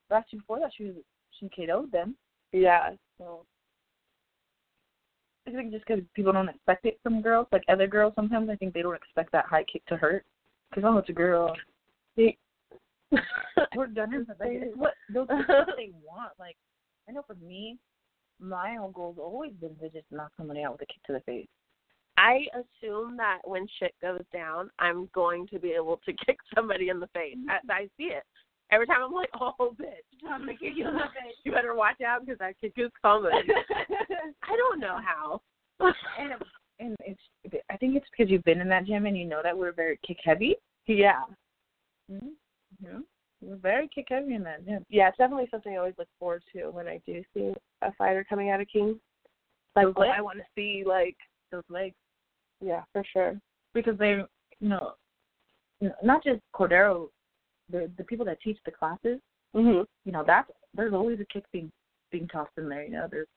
D: last two before that, she was she KO'd them.
B: Yeah.
D: So I think just because people don't expect it from girls, like other girls, sometimes I think they don't expect that high kick to hurt. Because oh, it's a girl. We're done in like, it's what those people what they want. Like I know for me, my whole goal's always been to just knock somebody out with a kick to the face.
B: I assume that when shit goes down, I'm going to be able to kick somebody in the face. I, I see it every time. I'm like, oh bitch, I'm gonna kick you in the face. You better watch out because that kick is coming. I don't know how.
D: and and it's I think it's because you've been in that gym and you know that we're very kick heavy.
B: yeah,
D: Mm-hmm. We're very kick heavy in that gym.
B: yeah, it's definitely something I always look forward to when I do see a fighter coming out of King. Like,
D: Those
B: oh,
D: legs.
B: I want to see like,
D: Those legs
B: yeah, for sure.
D: because they you know n- not just Cordero, the the people that teach the classes.
B: hmm
D: You know that there's always a kick being being tossed in there. You know there's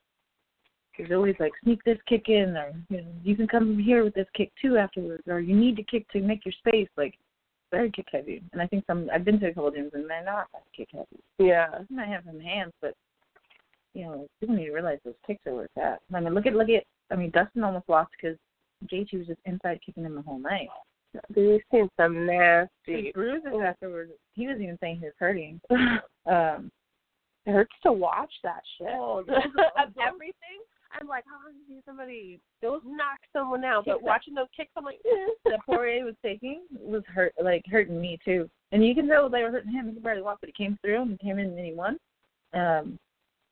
D: there's always like sneak this kick in or you know you can come here with this kick too afterwards or you need to kick to make your space like very kick heavy and I think some I've been to a couple gyms and they're not that kick heavy.
B: Yeah,
D: I might have some hands, but you know, people need to realize those kicks are where it's at. I mean, look at look at. I mean, Dustin almost lost because JT was just inside kicking him the whole night.
B: we've seen some
D: His
B: nasty.
D: bruises afterwards. He was even saying he was hurting. Um,
B: It hurts to watch that shit.
D: Oh, those are-
B: of everything, I'm like, oh, I want to see somebody those knock someone out. But
D: Kick that-
B: watching those kicks, I'm like, eh.
D: that Poirier was taking was hurt like hurting me too. And you can tell they were hurting him. He could barely walk, but he came through and came in and he won. Um,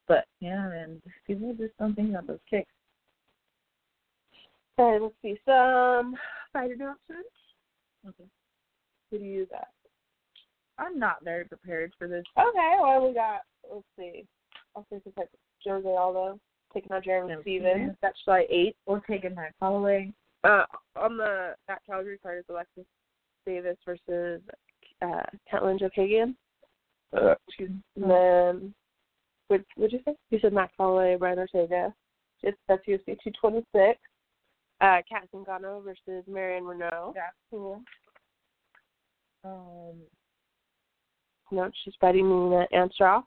D: but yeah, man, people just don't think about those kicks.
B: All right, let's see. Some fight announcements.
D: Okay.
B: Who do you got?
D: I'm not very prepared for this.
B: Okay, well, we got, let's see. I'll say it's like Jose Aldo taking on Jeremy
D: Yeah.
B: Stevens. That's July 8th.
D: We're taking my following.
B: Uh, on the that Calgary card is Alexis Davis versus uh, Catelyn Jokagian. Uh,
D: Excuse me.
B: and then, what would you say? You said Max Holloway, Brian Ortega. It's, that's UFC 226. Uh, Kat Zingano versus Marion Renault.
D: Yeah.
B: Cool.
D: Um,
B: No, she's fighting Nina Anstroff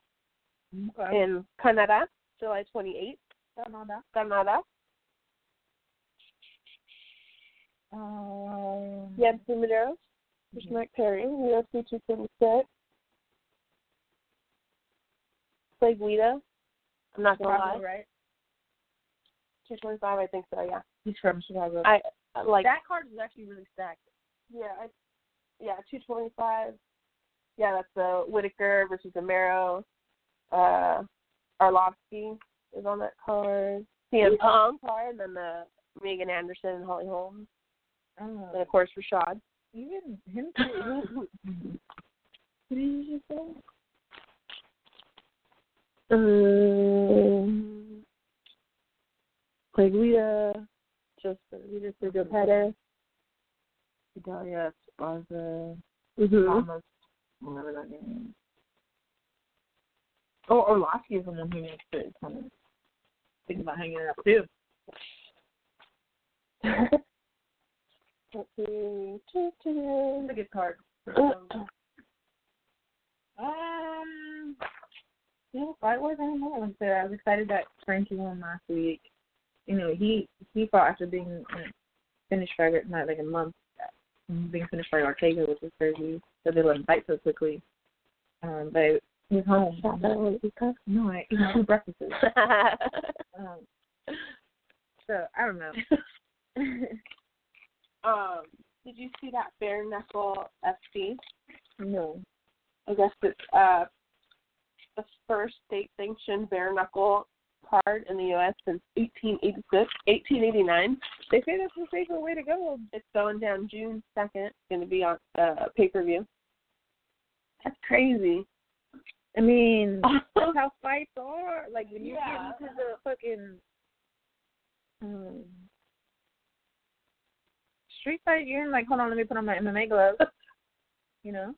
D: okay.
B: in Canada, July 28th.
D: Done all that.
B: Canada.
D: Um,
B: Yancy Medeiros versus Mike Perry, UFC 226. Play Guida. I'm not going to lie.
D: Chicago, right?
B: 225, I think so, yeah.
D: He's from Chicago.
B: I uh, like,
D: that card is actually really stacked.
B: yeah, I, yeah, 225. Yeah, that's the Whitaker versus Amaro. Uh, Arlovsky is on that card. CM Punk card, and then the Megan Anderson and Holly Holm.
D: Oh,
B: And of course, Rashad.
D: even him. too. What did you just say?
B: Um, Leguida, just Leguida, Sergio Pettis.
D: Fidelia Esparza,
B: Mm-hmm.
D: Thomas, whatever that name is. Oh, Orlovsky is the one who makes it. I'm thinking about hanging it up too. It's a good card. Um, yeah, fight was I don't know. Like I said, I was excited that Frankie won last week. You know, he he fought after being uh, finished by not like a month being finished by Ortega, which is crazy that they let him fight so quickly. Um, but he's home. No, I you know I do breakfasts. Um, so I don't know.
B: um, did you see that bare knuckle FC?
D: No.
B: I guess it's uh, the first state sanctioned bare knuckle card in the U.S. since 1886, 1889.
D: They say that's the safer way to go.
B: It's going down June 2nd. It's going to be on uh, pay per view. That's crazy.
D: I mean, that's how fights are. Like when you
B: Yeah.
D: get into the fucking um, street fight, you're in like, hold on, let me put on my MMA gloves. You know,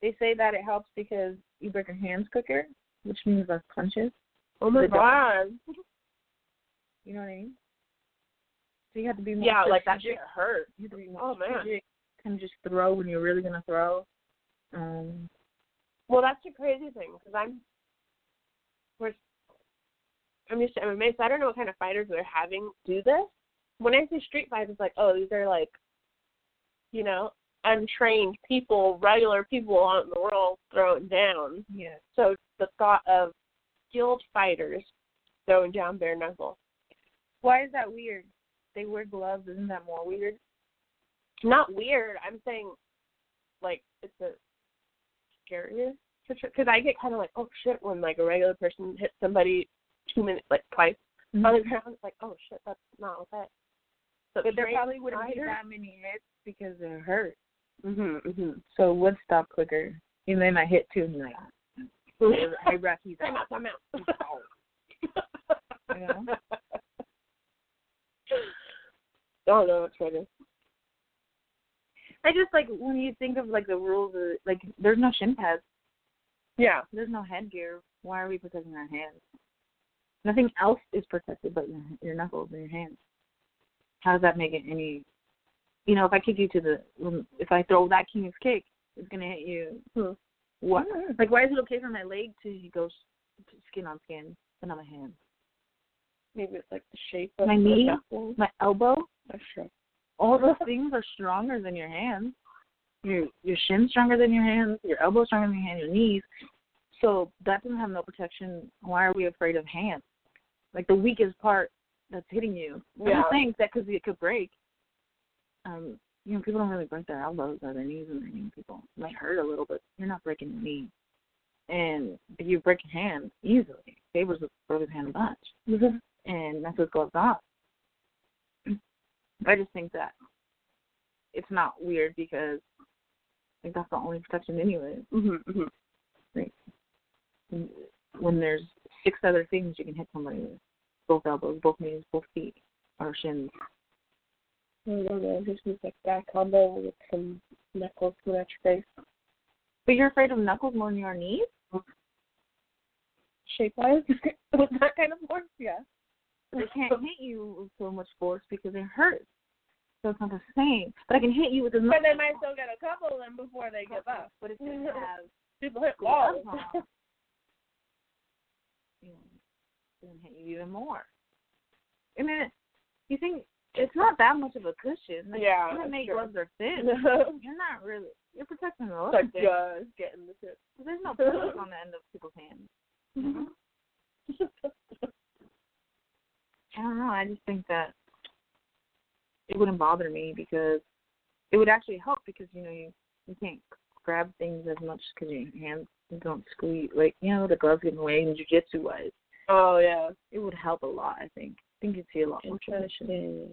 D: they say that it helps because you break your hands quicker, which means less punches.
B: Oh
D: my
B: god.
D: You know what I mean? So you have to be more
B: Yeah, like that shit
D: strategic.
B: hurt.
D: You have to be more
B: Oh man.
D: strategic. Kind of just throw when you're really gonna throw. Um,
B: Well, that's the crazy thing because I'm, of course, I'm used to MMA, so I don't know what kind of fighters they're having do this. When I say street fights, it's like, oh, these are like, you know, untrained people, regular people out in the world throwing down.
D: yeah.
B: So the thought of skilled fighters throwing down bare knuckle,
D: Why is that weird? They wear gloves. Isn't that more weird?
B: not weird. I'm saying, like, it's a scarier because I get kind of like, oh shit, when like a regular person hits somebody two minutes, like twice. on the ground. It's like, oh shit, that's not okay. So
D: Mm-hmm. But there
B: train
D: probably wouldn't be
B: rider-
D: that many hits because they're hurt.
B: Mhm, mhm.
D: So it would stop quicker. And then I hit two and you're like, I rock he's
B: Time
D: out.
B: out, time out.
D: know?
B: Oh no, it's ready.
D: I just like when you think of like the rules of like there's no shin pads,
B: Yeah.
D: there's no headgear. Why are we protecting our hands? Nothing else is protected but your, your knuckles and your hands. How does that make it any? You know, if I kick you to the, if I throw that king's kick, it's gonna hit you.
B: Hmm.
D: What? Like, why is it okay for my leg to go s- skin on skin, but not my hand?
B: Maybe it's like the shape of
D: My
B: the
D: knee?
B: knuckle.
D: my elbow.
B: That's true.
D: All those things are stronger than your hands. Your your shin's stronger than your hands. Your elbow's stronger than your hand. Your knees. So that doesn't have no protection. Why are we afraid of hands? Like the weakest part that's hitting you. I
B: Yeah.
D: don't think that because it could break. Um, you know, people don't really break their elbows or their knees when they're mean people. It might hurt a little, but you're not breaking your knee. And but you break your hand easily. Sabres broke his hand a bunch. And that's what gloves off. But I just think that it's not weird because like that's the only protection anyway.
F: Mm-hmm, mm-hmm.
D: When there's six other things you can hit somebody with. Both elbows, both knees, both feet, or shins.
B: I don't know. Just use like that combo with some knuckles to your face.
D: But you're afraid of knuckles more than your knees?
B: Shape wise, with that kind of force, yeah.
D: They can't hit you with so much force because it hurts. So it's not the same. But I can hit you with the
F: But
D: knuckles.
F: they might still get a couple of them before they give up.
D: But it's gonna have
F: People hit
D: gloves
F: walls.
D: on. You know, it's gonna hit you even more. I mean, you think it's not that much of a cushion. Like,
F: Yeah,
D: Even
F: that's
D: make
F: true.
D: gloves are thin.
F: It's
D: You're not really. You're protecting the little
F: like
D: bit.
F: just getting the tip.
D: There's no pillows on the end of people's hands.
F: Mm-hmm.
D: I don't know. I just think that it wouldn't bother me because it would actually help because you know you you can't grab things as much because your hands don't squeeze like you know the gloves get in the way in jujitsu wise.
F: Oh yeah.
D: It would help a lot. I think. I think you'd see a lot more submissions.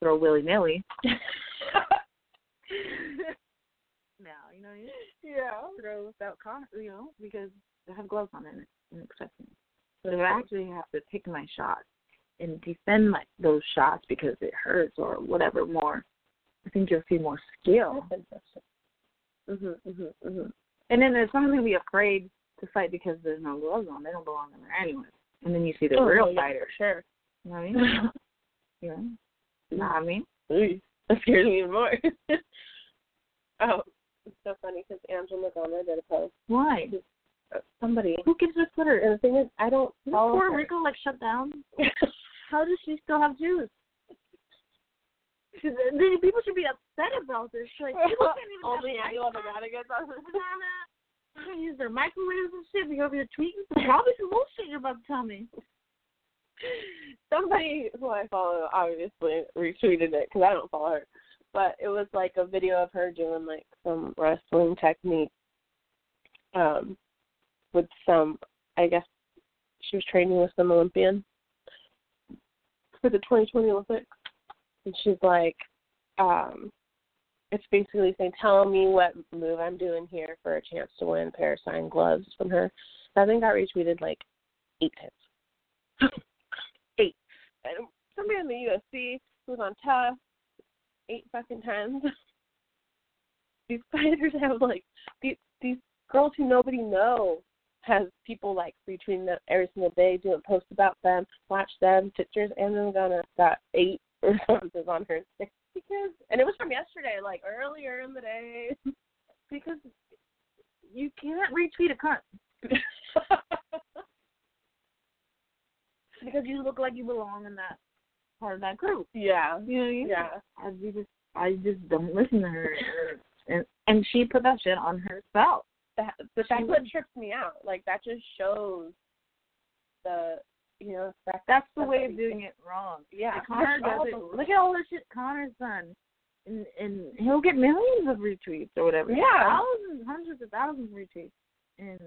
D: Throw willy nilly. no, you know you
F: Yeah.
D: throw without con you know because I have gloves on and it, and it protects me. But if I actually have to pick my shots and defend my those shots because it hurts or whatever more, I think you'll see more skill. Mm-hmm,
B: Mhm, mhm, mhm.
D: And then there's someone gonna be afraid to fight because there's no gloves on. They don't belong in there anyway. And then you see the
B: Oh,
D: real
B: yeah,
D: fighter.
B: for sure.
D: You know what I mean? you know? You know what I mean?
B: Ooh, that scares me even more. oh, it's so funny because Angela Gomez did a post.
D: Why?
B: Somebody.
D: Who gives a Twitter?
B: And the thing is, I don't
D: Isn't
B: follow
D: Puerto
B: her.
D: Rico like shut down? How does she still have Jews? Then people should be upset about this. Like people can't even have
B: Only Angela
D: iPhones. They can't use their microwaves and shit. Be over here tweeting. There's Probably some bullshit you're about to tell me.
B: Somebody who I follow obviously retweeted it because I don't follow her. But it was like a video of her doing like some wrestling technique um, with some, I guess she was training with some Olympian for the 2020 Olympics. And she's like, um, it's basically saying, tell me what move I'm doing here for a chance to win a pair of signed gloves from her. That thing got retweeted like eight times. eight. And somebody in the UFC was on tough eight fucking times. these fighters have like these these girls who nobody knows has people like retweeting them every single day, doing posts about them, watch them, pictures, and then gonna got eight or something on her Instagram. because and it was from yesterday, like earlier in the day.
D: Because you can't retweet a cunt. because you look like you belong in that part of that group.
B: Yeah.
D: You know what I mean?
B: Yeah.
D: I just I just don't listen to her. and and she put that shit on herself.
B: that but that's what trips me out. Like that just shows the you know fact
D: That's the way of doing it wrong.
B: yeah.
D: Like, Connor does it. Look at all the shit Connor's done, and and he'll get millions of retweets or whatever.
B: Yeah.
D: thousands, hundreds of thousands of retweets. And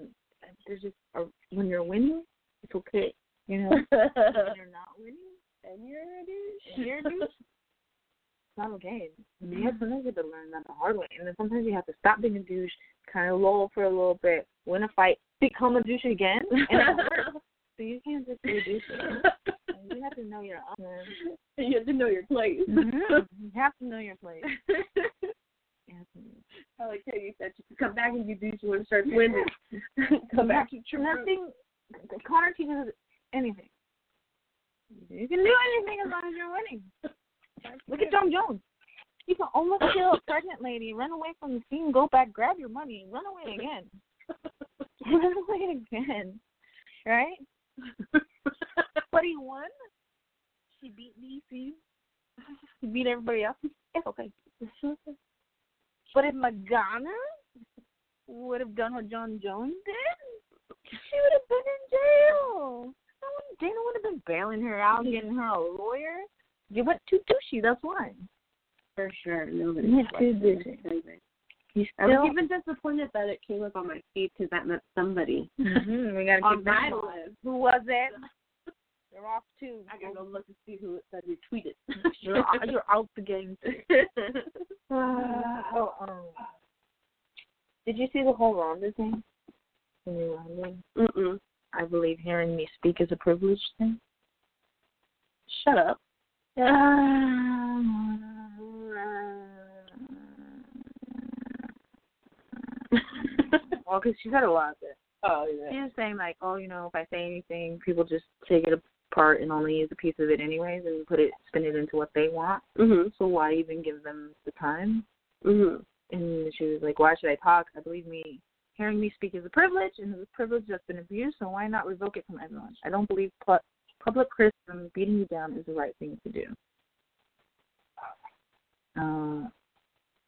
D: there's just a, when you're winning, it's okay. You know, when you're not winning,
B: and you're a douche.
D: and you're a douche, it's not okay. You have sometimes you have to learn that the hard way, and then sometimes you have to stop being a douche, kind of lull for a little bit, win a fight, become a douche again, and it works. So you can't just be a douche. You have to know your own.
B: you have to know your place.
D: You have to know your place. You have to know.
B: I like how you said you come back and you douche you want to start winning. come back to true.
D: Nothing. Connor teaches us anything. You can do anything as long as you're winning. Look at John Jones. You can almost kill a pregnant lady, run away from the scene, go back, grab your money, run away again. run away again. Right? but he won. He beat DC. He beat everybody else. It's okay. but if Magana would have done what John Jones did, she would have been in jail. No one- Dana
B: Mm-hmm.
D: would have been bailing her out, getting her a lawyer. You went too douchey, that's why.
B: for sure. Nobody
D: Yeah,
B: likes
D: dude,
B: it.
D: dude.
B: Anyway.
D: You
B: I was
D: still,
B: even disappointed that it came up on my feed because that meant somebody
D: Mhm, we gotta
B: on
D: keep that
B: my
D: in mind.
B: list.
D: Who was it? They're off too.
B: I gotta go look and see who it said retweeted.
D: You're, out- you're out the game.
G: Oh, um,
D: Did you see the whole Rhonda thing? The new Rhonda?
B: Mm-mm.
D: I believe hearing me speak is a privilege thing.
B: Shut up.
D: well, because she said a lot of it.
G: oh yeah.
D: She was saying like, oh, you know, if I say anything, people just take it apart and only use a piece of it anyways, and put it, spin it into what they want.
B: Mhm.
D: So why even give them the time? mm-hmm.
B: Mhm.
D: And she was like, why should I talk? I believe me. Hearing me speak is a privilege, and it's a privilege that's been abused. So why not revoke it from everyone? I don't believe pu- public criticism, beating you down, is the right thing to do. Uh,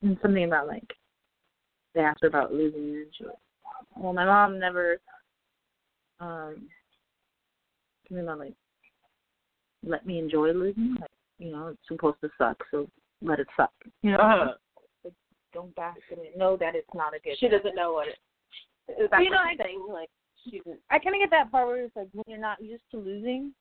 D: and something about like they asked her about losing it, and she was, well, my mom never um something about like let me enjoy losing. Like you know, it's supposed to suck, so let it suck. You know, like, don't bask in it. Know that it's not a good.
B: She
D: thing.
B: doesn't know what it.
D: Well, you know, I-
B: thing like she didn't.
D: I kind of get that part where it's like when you're not used to losing,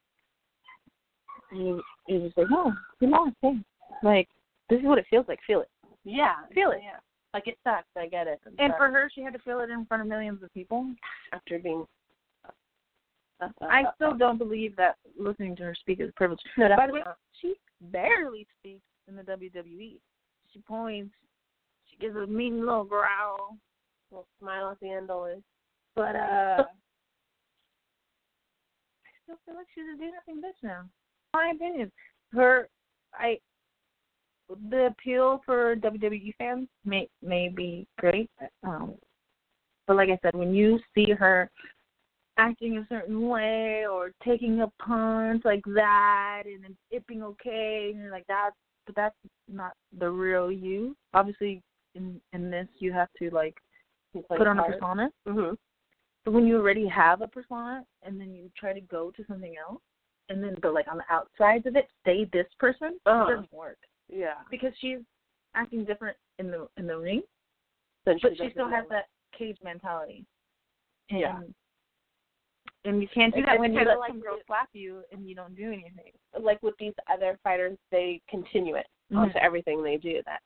D: you you're just like, oh, you lost, hey, like this is what it feels like. Feel it,
B: Yeah.
D: feel it.
B: Yeah. Like it sucks. I get it.
D: And
B: But
D: for her, she had to feel it in front of millions of people.
B: after being,
D: I still don't believe that listening to her speak is a privilege.
B: No, that's
D: By the way,
B: not.
D: she barely speaks in the WWE. She points. She gives a mean little growl.
B: well, smile at the end always.
D: But uh I still feel like she's a do nothing bitch now. My opinion. Her I the appeal for WWE fans may may be great. Um but like I said, when you see her acting a certain way or taking a punch like that and then it being okay and you're like that's but that's not the real you. Obviously in in this you have to like put on a persona.
B: Mhm.
D: But when you already have a persona and then you try to go to something else and then but like on the outsides of it stay this person
B: Uh-huh.
D: it doesn't work
B: Yeah.
D: because she's acting different in the in the ring
B: Then
D: but she
B: doesn't
D: still has
B: know it.
D: that cage mentality and,
B: Yeah.
D: and you can't do
B: It's
D: that when you
B: kinda
D: let
B: like
D: some girl
B: the-
D: slap you and you don't do anything
B: Like with these other fighters, they continue it
D: Mhm.
B: onto everything they do. That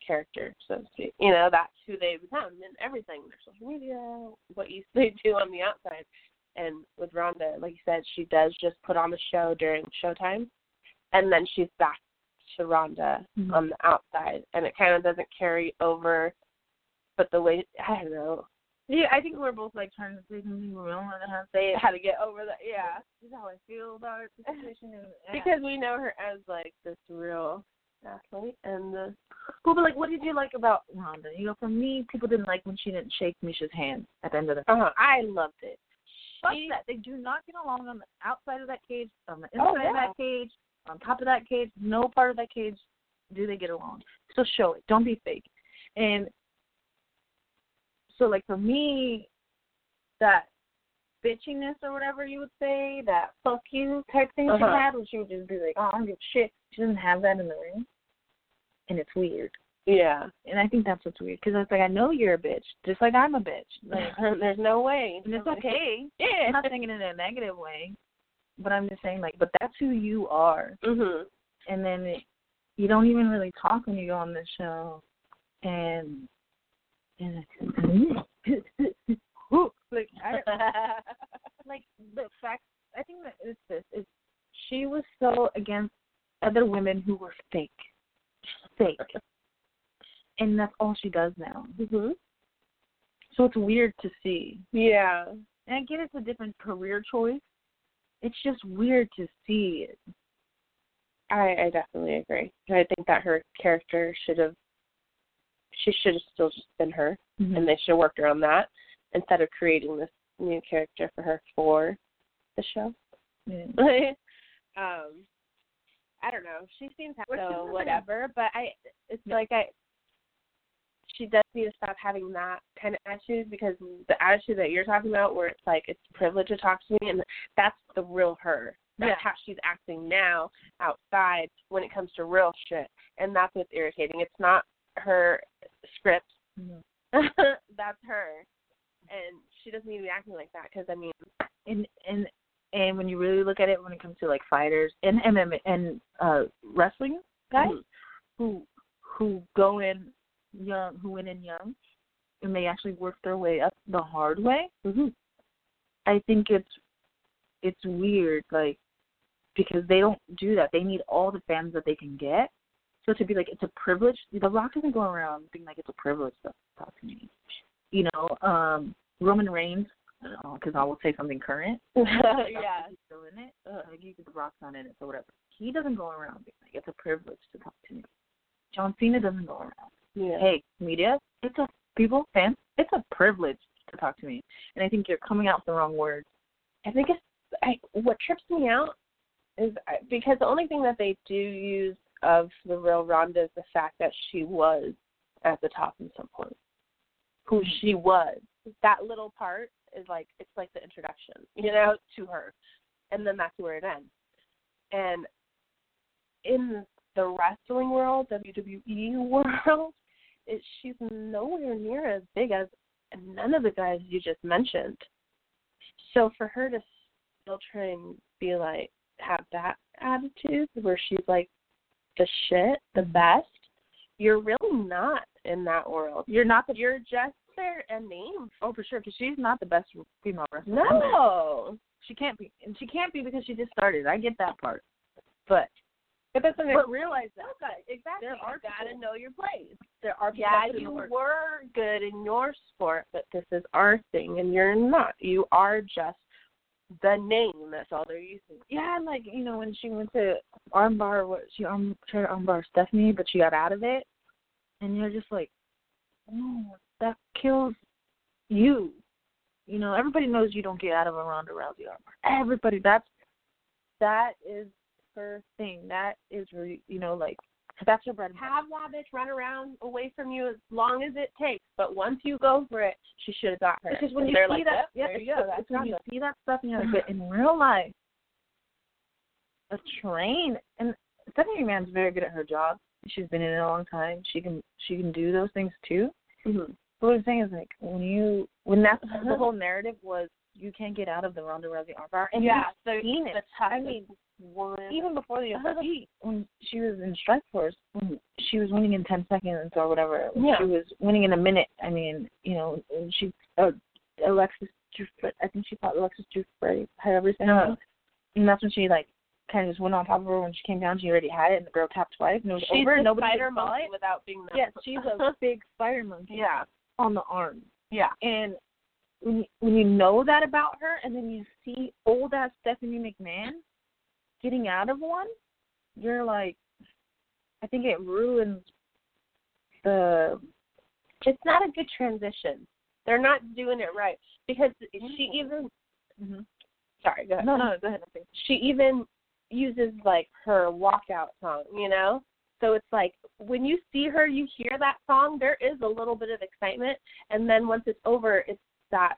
B: character, so to speak. You know, that's who they become in everything. Their social media, what you they do on the outside. And with Rhonda, like you said, she does just put on a show during showtime, and then she's back to Rhonda
D: Mhm.
B: on the outside, and it kind of doesn't carry over. But the way I don't know
D: yeah i think we're both like trying to say something we don't want to say
B: how to get over that. Yeah,
D: this is how i feel about it the situation and,
B: because we know her as like this real athlete and the well but like what did you like about
D: Rhonda. You know, for me, people didn't like when she didn't shake Misha's hand at the end of the.
B: uh-huh.
D: I loved it. Fuck
B: She-
D: that. They do not get along on the outside of that cage, on the inside
B: Oh,
D: of
B: yeah.
D: that cage, on top of that cage. No part of that cage do they get along. So show it. Don't be fake. And so, like for me, that bitchiness or whatever you would say, that fuck you type thing she
B: Uh-huh.
D: had, where she would just be like, "Oh, I don't give a shit." She doesn't have that in the ring, and it's weird
B: yeah
D: and I think that's what's weird because it's like I know you're a bitch, just like I'm a bitch. Like,
B: there's no way
D: and it's okay.
B: yeah
D: I'm not saying it in a negative way, but I'm just saying like, but that's who you are.
B: mhm
D: And then it, you don't even really talk when you go on this show, and and it's- like I like the fact I think that it's this is she was so against other women who were fake, fake, and that's all she does now.
B: mhm
D: So it's weird to see.
B: yeah
D: And I get it's a different career choice. It's just weird to see it.
B: I I definitely agree I think that her character should have she should have still just been her and they should have worked around that instead of creating this new character for her for the show
D: Yeah.
B: um, I don't know. She seems happy,
D: What's the
B: so
D: problem?
B: whatever. But I, it's like I, she does need to stop having that kind of attitude because the attitude that you're talking about, where it's like it's a privilege to talk to me, and that's the real her. That's
D: Yeah.
B: how she's acting now outside when it comes to real shit. And that's what's irritating. It's not her script.
H: No.
B: Mm-hmm. that's her. And she doesn't need to be acting like that because, I mean,
D: and and and when you really look at it when it comes to like fighters and MMA and uh wrestling guys
B: Mhm.
D: who who go in young who went in young and they actually work their way up the hard way
B: Mhm.
D: i think it's it's weird like because they don't do that they need all the fans that they can get so to be like it's a privilege the rock isn't going around being like it's a privilege to talk to me you know um roman reigns because I will say something current.
B: Yeah.
D: He's still in it. Uh, you the Rock's not in it, so whatever. He doesn't go around being like it's a privilege to talk to me. John Cena doesn't go around.
B: yeah.
D: Hey, media, it's a people, fans, it's a privilege to talk to me. And I think you're coming out with the wrong words.
B: I think it's I, what trips me out is I- because the only thing that they do use of the real Rhonda is the fact that she was at the top at some point. Who she was. That little part is like it's like the introduction, you know, to her, and then that's where it ends. And in the wrestling world, WWE world, it, she's nowhere near as big as none of the guys you just mentioned. So for her to still try and be like have that attitude where she's like the shit, the best, you're really not in that world. You're not. The, you're just there a name.
D: Oh, for sure, because she's not the best female wrestler.
B: No,
D: She can't be. And she can't be because she just started. I get that part. But
B: but that's what
D: but realize that.
B: exactly.
D: There are
B: you gotta
D: people-
B: know your place.
D: There are people
B: Yeah,
D: that do
B: you
D: work.
B: were good in your sport, but this is our thing, and you're not. You are just the name. That's all they're using.
D: Yeah, and like you know when she went to armbar, what she arm tried to armbar Stephanie, but she got out of it, and you're just like, no, that kills you. You know, everybody knows you don't get out of a Ronda Rousey armbar. Everybody, that's that is her thing. That is re, you know like that's her bread and butter.
B: have that bitch run around away from you as long as it takes. But once you go for it, she should have got her.
D: Because when
B: And
D: you
B: they're
D: see
B: like,
D: that,
B: yep,
D: yeah,
B: there you
D: yeah,
B: go.
D: that's
B: That's
D: when you
B: Ronda.
D: see that stuff, and you're like, but in real life, a train and Stephanie McMahon's very good at her job. She's been in it a long time. She can she can do those things too.
B: Mhm.
D: But what I'm saying is like when you when that the whole narrative was you can't get out of the Ronda Rousey armbar and
B: Yeah,
D: you've seen
B: The
D: it. I
B: toughest
D: mean,
B: one.
D: even before the UFC, when she was in Strikeforce, when she was winning in ten seconds or whatever, when
B: Yeah.
D: she was winning in a minute. I mean, you know, and she uh, Alexis, Juf- I think she fought Alexis Jufre, however you say
B: Uh-huh.
D: her name. and that's when she like kind of just went on top of her. When she came down, she already had it, and the girl tapped twice, and it was
B: she's
D: over.
B: the
D: and nobody
B: spider
D: could saw
B: monkey
D: it.
B: without being the
D: Yes, she's a big spider monkey
B: yeah,
D: on the arm.
B: yeah.
D: And when you, when you know that about her, and then you see old ass Stephanie McMahon getting out of one, you're like, I think it ruins the.
B: It's not a good transition. They're not doing it right because she even. Mm-hmm. Sorry, go ahead.
D: No, no, go ahead.
B: she even uses like her walkout song, you know? So it's like when you see her, you hear that song, there is a little bit of excitement and then once it's over it's that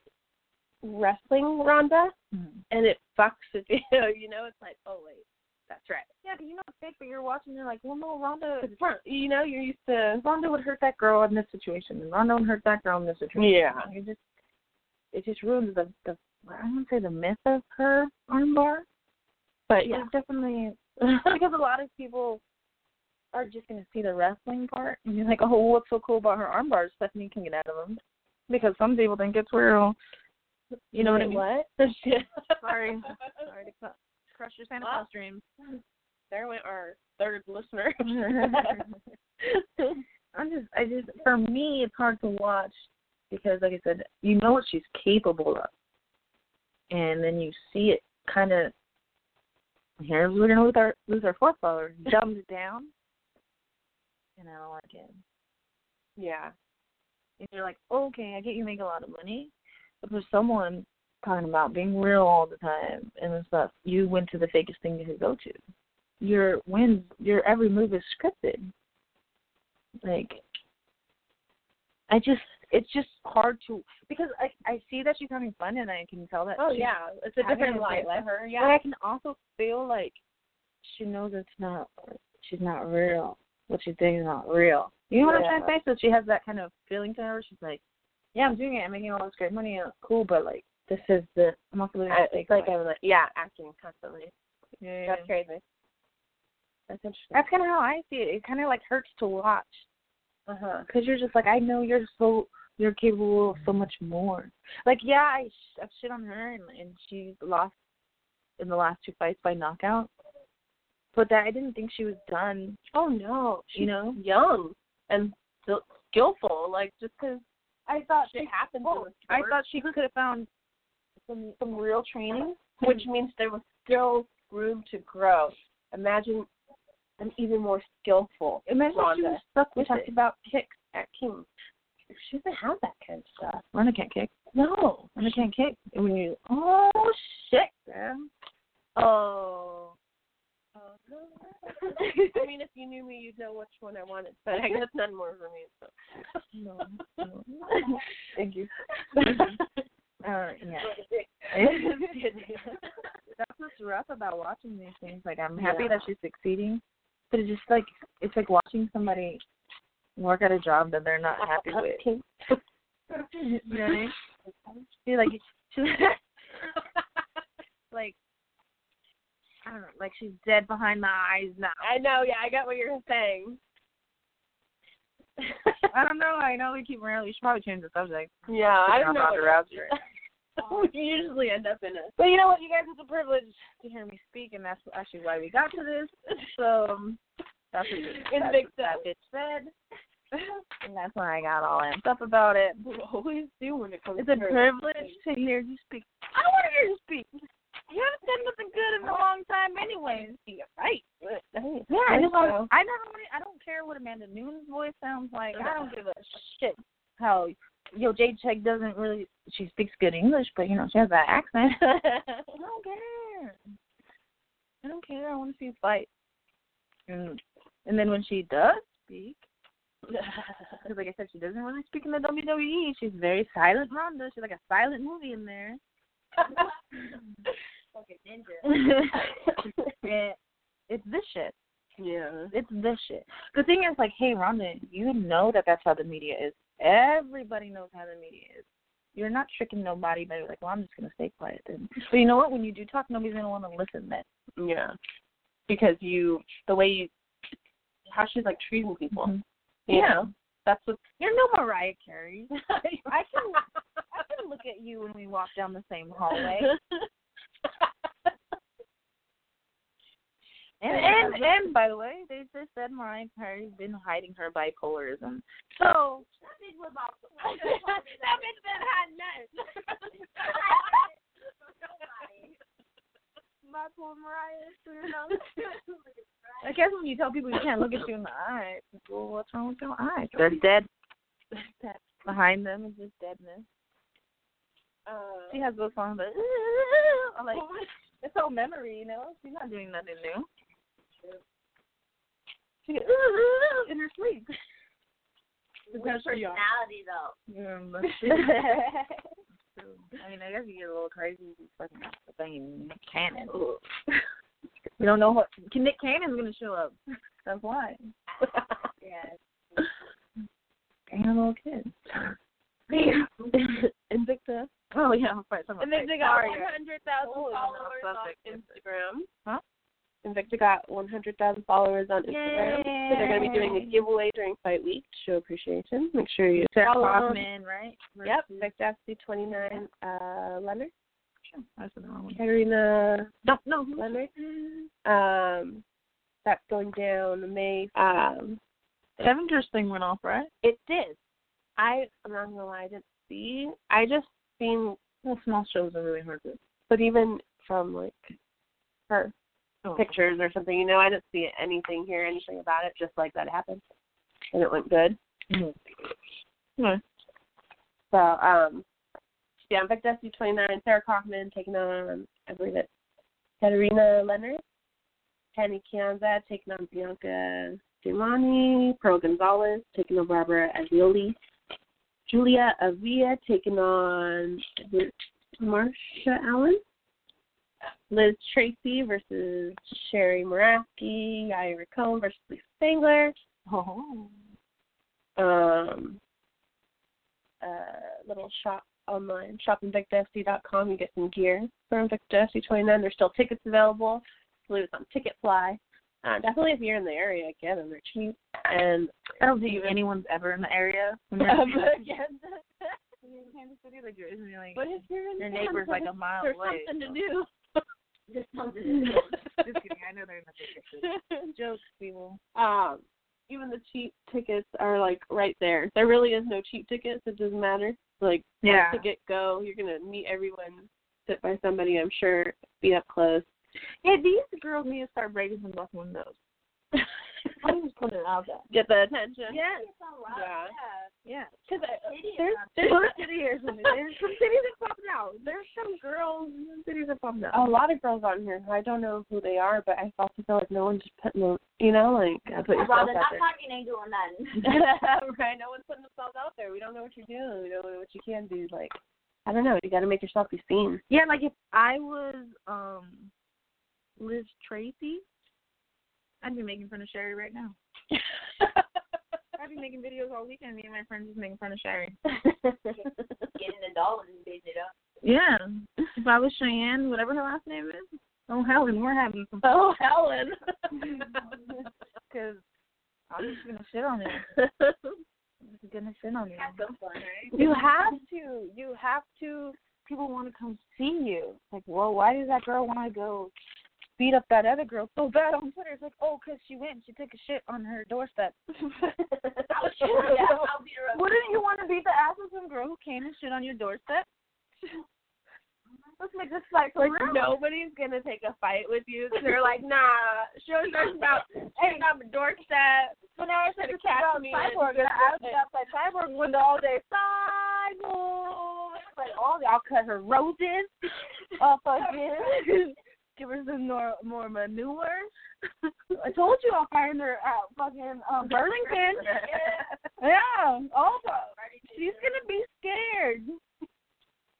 B: wrestling Rhonda and it fucks with you, you know, it's like, oh wait, that's right.
D: Yeah, 'cause you know it's fake, but you're watching. You're like, well, no, Ronda.
B: It's fun. You know, you're used to
D: Ronda would hurt that girl in this situation, and Ronda would hurt that girl in this situation.
B: Yeah.
D: It just, it just ruins the the. I don't say the myth of her armbar,
B: But
D: yeah.
B: yeah.
D: definitely because a lot of people are just going to see the wrestling part and be like, oh, what's so cool about her arm bars? Stephanie can get out of them because some people think it's real. You know what I mean?
B: What?
D: Sorry, sorry to cut- crush your Santa Claus dreams.
B: There went our third listener.
D: I'm just, I just, for me, it's hard to watch because, like I said, you know what she's capable of, and then you see it kind of. Here's we're gonna lose our lose our fourth follower. Dumbs down, and I don't like it.
B: yeah.
D: And you're like, okay, I get you make a lot of money, but for someone talking about being real all the time and stuff, you went to the fakest thing you could go to. Your wins, your every move is scripted. Like, I just it's just hard to because I I see that she's having fun and I can tell that.
I: Oh
D: she's
I: yeah, it's a
D: having
I: different
D: it
I: life
D: with
I: for her.
D: But
I: Yeah.
D: I can also feel like she knows it's not. She's not real. What she's doing is not real. You know what I'm trying to say? So she has that kind of feeling to her. She's like, yeah, I'm doing it. I'm making all this great money. and It's cool, but like this is the I'm also living
B: I,
D: a
B: it's
D: fake
B: like
D: life.
B: I'm like yeah, acting constantly.
D: yeah, yeah.
B: That's crazy. That's interesting.
D: That's kind of how I see it. It kind of like hurts to watch
B: Uh huh.
D: because you're just like I know you're so you're capable of so much more. Like yeah, I sh- I've shit on her and and she lost in the last two fights by knockout. But that I didn't think she was done.
B: Oh no, she's
D: You know,
B: young and skill- skillful. Like just 'cause
D: I thought Oh,
B: shit happens in the
D: I
B: sport,
D: thought she could have found
B: some some real training, which means there was still room to grow. Imagine an even more skillful.
D: Imagine if she
B: Rhonda.
D: was stuck
B: We
D: with
B: talked
D: it.
B: about kicks at King. She doesn't have that kind of stuff.
D: Rhonda can't kick.
B: No.
D: Rhonda can't kick. And when you oh shit, man.
B: Oh. I mean, if you knew me, you'd know which one I wanted, but I guess none more for me. So.
D: No, no. Thank you. Uh, yeah. that's what's rough about watching these things. Like I'm happy
B: Yeah.
D: that she's succeeding, but it's just like it's like watching somebody work at a job that they're not happy with. you know what I mean? She, like she, like I don't know, like she's dead behind the eyes now.
B: I know. Yeah, I got what you're saying.
D: I don't know. I know we keep around. We should probably change the subject.
B: yeah, I don't know.
D: Ronda
B: what-
D: Rousey right now.
B: we usually end up in a
D: But you know what, you guys, it's a privilege to hear me speak, and that's actually why we got to this. So um, that's what,
B: In
D: that's
B: big
D: what that bitch said, and that's when I got all amped up about it.
B: We always do when it comes
D: It's
B: to
D: a privilege to hear you speak. I want to hear you speak. You haven't said nothing good in a long time, anyway.
B: right.
D: Yeah, I just
B: so.
D: I never. wanna- I don't care what Amanda Noon's voice sounds like. I don't give a shit how yo Jade Check doesn't really. She speaks good English, but you know she has that accent. I don't care. I don't care. I want to see a fight. And and then when she does speak, because like I said, she doesn't really speak in the WWE. She's very silent, Ronda. She's like a silent movie in there. Yeah, it's this shit.
B: yeah.
D: It's this shit. The thing is, like, hey, Rhonda, you know that that's how the media is. Everybody knows how the media is. You're not tricking nobody by like, well, I'm just gonna stay quiet then. But you know what? When you do talk, nobody's gonna want to listen then.
B: Yeah. Because you the way you how she's like treating people.
D: Mhm.
B: You know? That's what
D: You're no Mariah Carey.
B: I
D: can- I can look at you when we walk down the same hallway. And and and by the way, they just said Mariah Carey's been hiding her bipolarism. So that bitch was that bitch been hiding nothing. My poor Mariah. you know? I guess when you tell people you can't look at you in the eye, people, what's wrong with your eyes? They're dead. Behind them is just deadness.
B: uh,
D: She has those songs, but I'm like, it's all memory, you know. She's not doing nothing new. She goes, in her sleep.
B: because she-
D: Yeah, but- I mean, I guess you get a little crazy if you fucking fucking Nick Cannon. we don't know what Nick Cannon's gonna show up. That's why. yeah. And a little kid.
B: Invicta.
D: Oh yeah, I'll fight someone.
B: And then they got
D: Sorry.
B: 100,000
D: Holy
B: followers
D: fuck.
B: on Instagram.
D: Huh?
B: Invicta got 100,000 followers on Instagram. So they're going to be doing a
D: Yay.
B: giveaway during fight week to show appreciation. Make sure you
D: Sarah
B: follow them.
D: Kaufman, right?
B: Yep, Victor FC29 uh, Leonard,
D: That's the wrong one.
B: Katarina
D: No, no.
B: Leonard. Um, that's going down May. Um,
D: Devinger's thing went off, right?
B: it did. I I'm not gonna lie, I didn't see. I just seen,
D: Well, small shows are really hard to.
B: but even from like her
D: Oh.
B: pictures or something, you know, I didn't see anything here, anything about it. Just like that happened, and it went good. Hmm.
D: Mhm.
B: So um, yeah, I'm Victor FC29. Sarah Kaufman taking on I believe it's Katarina Leonard, Penny Kianza taking on Bianca Dumani, Pearl Gonzalez taking on Barbara Azioli, Julia Avia taking on is it Marsha Allen. Liz Tracy versus Sherry Moraski. Ira Cohen versus Lisa Spangler.
D: Oh.
B: Um, uh, little shop online, shopinvictafc.com. You get some gear for Invicta FC29. There's still tickets available. I believe it's on Ticketfly. Uh, definitely if you're in the area, get them. They're cheap. And
D: I don't think anyone's ever in the area. When you're
B: Um,
D: in
B: again,
D: Kansas City, like you're isn't like
B: but if you're in
D: your
B: town,
D: neighbor's like a mile
B: there's
D: away.
B: something to
D: so-
B: do. There's something to do.
D: Just kidding. I know they're in the big city. Jokes, people.
B: um, even the cheap tickets are like right there. There really is no cheap tickets. It doesn't matter. Like
D: Yeah.
B: to get go, you're gonna meet everyone, sit by somebody. I'm sure, be up close.
D: Yeah, these girls need to start breaking some black windows. I'm just putting it out there.
B: Get the attention.
D: Yes.
B: Yeah.
D: Yeah.
B: Because there's there's cities. There's some cities that pop out. There's some girls in cities that pop out. A lot of girls on here. who I don't know who they are, but I also feel like no one's just putting them. You know, like I put yourself out there.
J: talking ain't doing nothing.
B: right. No one's putting themselves out there. We don't know what you're doing. We don't know what you can do. Like, I don't know. You got to make yourself be seen.
D: Yeah, like if I was um Liz Tracy, I'd be making fun of Sherry right now. I'd be making videos all weekend. Me and my friends just making fun of Sherry.
J: Getting the doll and beating it up.
D: Yeah. If I was Cheyenne, whatever her last name is. Oh, Helen, we're having some fun.
B: oh, Helen.
D: Because I'm just going to shit on you. I'm just going to shit on you.
B: you have to. You have to.
D: People want to come see you. It's like, well, why does that girl want to go beat up that other girl so bad on Twitter? It's like, oh, 'cause she went and she took a shit on her doorstep.
J: Yeah, I'll beat her up.
D: Wouldn't you want to beat the ass of some girl who came and shit on your doorstep? Let's make this fight for
B: Like
D: real.
B: nobody's gonna take a fight with you. They're like, nah. She was talking about hanging on my doorstep. So now I said to catch me. and-
D: Cyborg, and I was outside Cyborg window all day. Cyborg, like all day. I'll cut her roses. I'll fucking give her some more more manure. I told you I'll find her at fucking um, Burlington. yeah, also she's gonna be scared.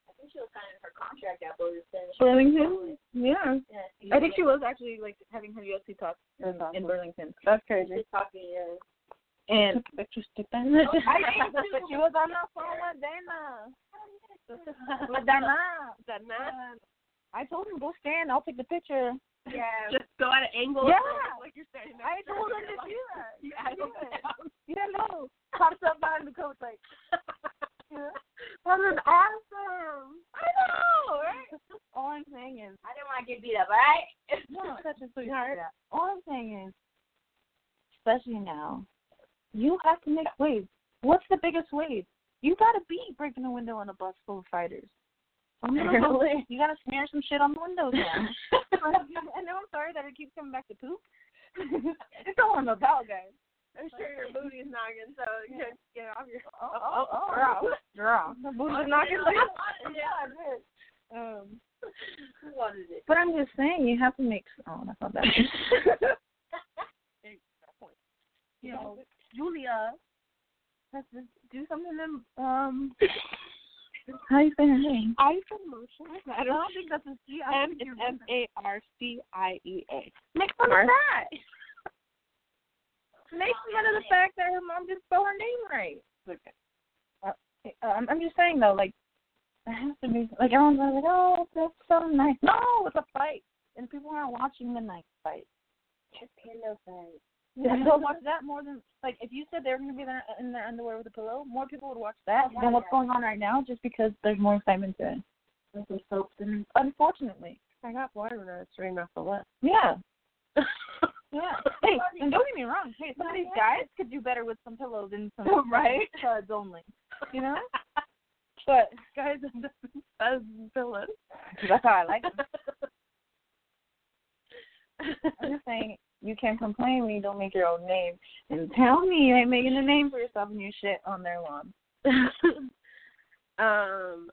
J: I think she was signing her contract out, but it was finished.
D: Burlington. Yeah,
J: Yeah,
D: I think she was actually like having her UFC talk in, in Burlington. That's crazy.
J: was talking. Yeah.
D: And I did too, but she was on the phone with Dana. With Dana. Dana. I told him go stand. I'll take the picture.
B: Yeah. Just go at an angle.
D: Yeah.
B: Like you're standing there.
D: I told him to do that.
B: You angle it out.
D: Yeah, no. Pops up behind the coach like. Yeah. That is awesome. I know, right? All I'm saying is,
J: I didn't want to get beat up, all right?
D: such a sweetheart. All I'm saying is, especially now, you have to make waves. What's the biggest wave? You gotta be breaking a window on a bus full of fighters. So you gotta-
B: Really?
D: You gotta smear some shit on the windows now. I know I'm sorry that it keeps coming back to poop. it's all I'm about, guys.
B: I'm sure your booty's noggin, so you can get off your.
D: Oh, oh, oh, drop, drop. The booty's knocking. Um,
J: Who wanted it?
D: but I'm just saying, you have to make. Oh, that's not bad. you know, Julia has to do something to um. How do you say her name?
B: I promotion.
D: I don't think that's a C. I
B: M
D: think you're
B: M A R C I E A.
D: Make fun
B: Mar-
D: of that. Make fun of the fact that her mom didn't spell her name right. Uh, uh, I'm, I'm just saying though, like there has to be like everyone's like, oh, that's so nice. No, it's a fight, and people aren't watching the nice fight. Yeah, they'll watch that more than like if you said they were gonna be there in their underwear with a pillow, more people would watch that than what's going on right now, just because there's more excitement to it. Unfortunately,
B: I got water when I was reading off the list.
D: yeah, yeah. Hey, and don't get me wrong. Hey, some of these guys could do better with some pillows than some
B: Right.
D: studs only. You know, but guys with studs and pillows. That's how I like them. I'm just saying, you can't complain when you don't make your own name. And tell me you ain't making a name for yourself and you shit on their lawn.
B: um,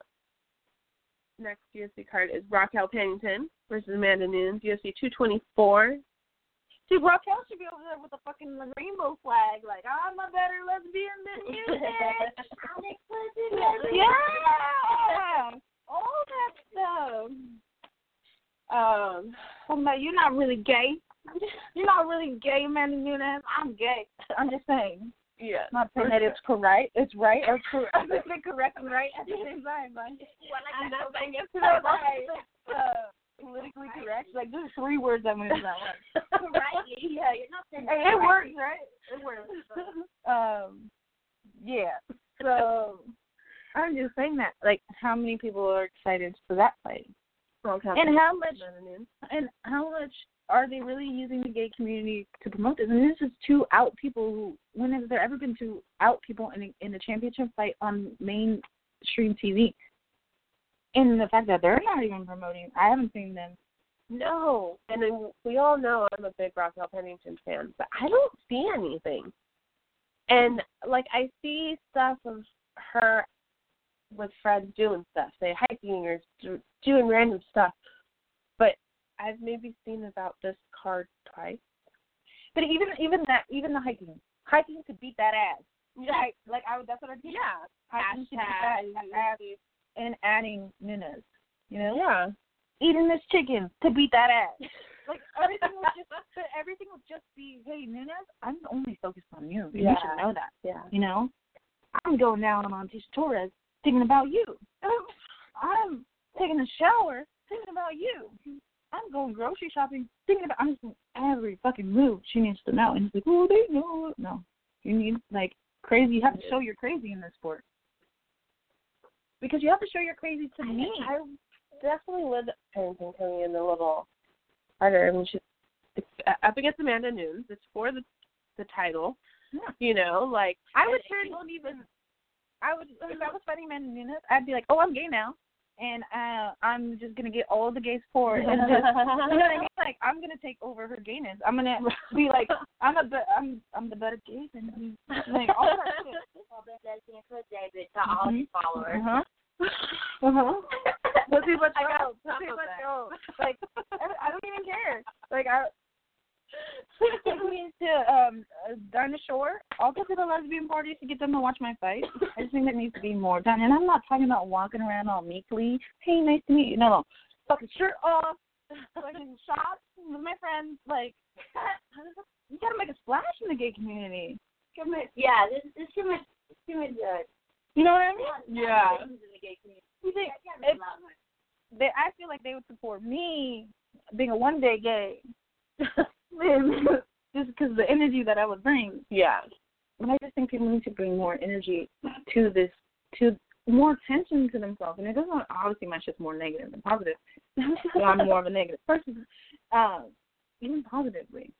B: next UFC card is Raquel Pennington versus Amanda Nunes, UFC 224.
K: See, Raquel should be over there with a fucking rainbow flag, like I'm a better lesbian than you, bitch. I'm a better lesbian. Yeah, all that stuff. Um, talking about you're not really gay. You're not really gay, Manny Nunez. I'm gay. I'm just saying.
B: Yeah.
K: Not saying that it's correct. It's right or correct. I'm just saying correct and right at the same time. Like, I'm not saying it's not right. Uh,
B: politically correct. Like there's three words that means that one.
K: right? Yeah, you're not saying
B: Hey, it works, right? It works. um, yeah. So I'm just saying that, like, how many people are excited for that fight, and how much, and how much are they really using the gay community to promote this? And this is two out people who, when has there ever been two out people in a, in a championship fight on mainstream TV? And the fact that they're not even promoting, I haven't seen them
D: No, and then we all know I'm a big Raquel Pennington fan, but I don't see anything. And like I see stuff of her with friends doing stuff, say hiking or do- doing random stuff, but I've maybe seen about this card twice.
B: But even even that even the hiking hiking could beat that ass. Like like I would that's what I did.
D: Yeah,
B: Hiking could beat that ass and adding Nunes. You know,
D: yeah.
B: eating this chicken could beat that ass. Like everything would just but everything would just be hey Nunes, I'm only focused on you. You
D: Yeah.
B: should know that.
D: Yeah.
B: You know, I'm going down on Tisha Torres thinking about you. I'm taking a shower thinking about you. I'm going grocery shopping thinking about. I'm just doing every fucking move she needs to know, and it's like, oh, they know. No, you need like crazy. You have to show you're crazy in this sport because you have to show you're crazy to me.
D: I definitely would Pennington coming in a little harder. I mean, she's it's uh, up against Amanda Nunes. It's for the the title.
B: Yeah.
D: You know, like I would turn.
B: don't even. I would if I was fighting Amanda Nunes, I'd be like, oh, I'm gay now, and uh, I'm just gonna get all the gays for it. And just, you know what I mean? Like I'm gonna take over her gayness. I'm gonna be like, I'm a, be- I'm, I'm the better gay than you. Like all that shit.
K: Well, they're lesbian for David to all his followers.
B: Uh-huh.
D: Uh-huh.
B: Pussy let's
K: Mm-hmm. I got
B: go.
K: on top
B: Pussy
K: of
B: let's
K: that.
B: go. Like I, I don't even care. Like I take me to um uh, Dinah Shore. I'll go to the lesbian parties to get them to watch my fight. I just think that needs to be more done. And I'm not talking about walking around all meekly. Hey, nice to meet you. No, no. Fucking shirt off. Fucking shots with my friends. Like you gotta make a splash in the gay community.
K: Too much- Yeah, there's, there's too much, too much. Uh,
B: You know what I mean?
K: things in the gay community.
B: You think
K: I can't really
B: if
K: love it.
B: they I feel like they would support me being a one day gay just because the energy that I would bring.
D: Yeah.
B: But I just think people need to bring more energy to this to more attention to themselves. And it doesn't obviously my shit's more negative than positive. So I'm more of a negative person. Um, even positively.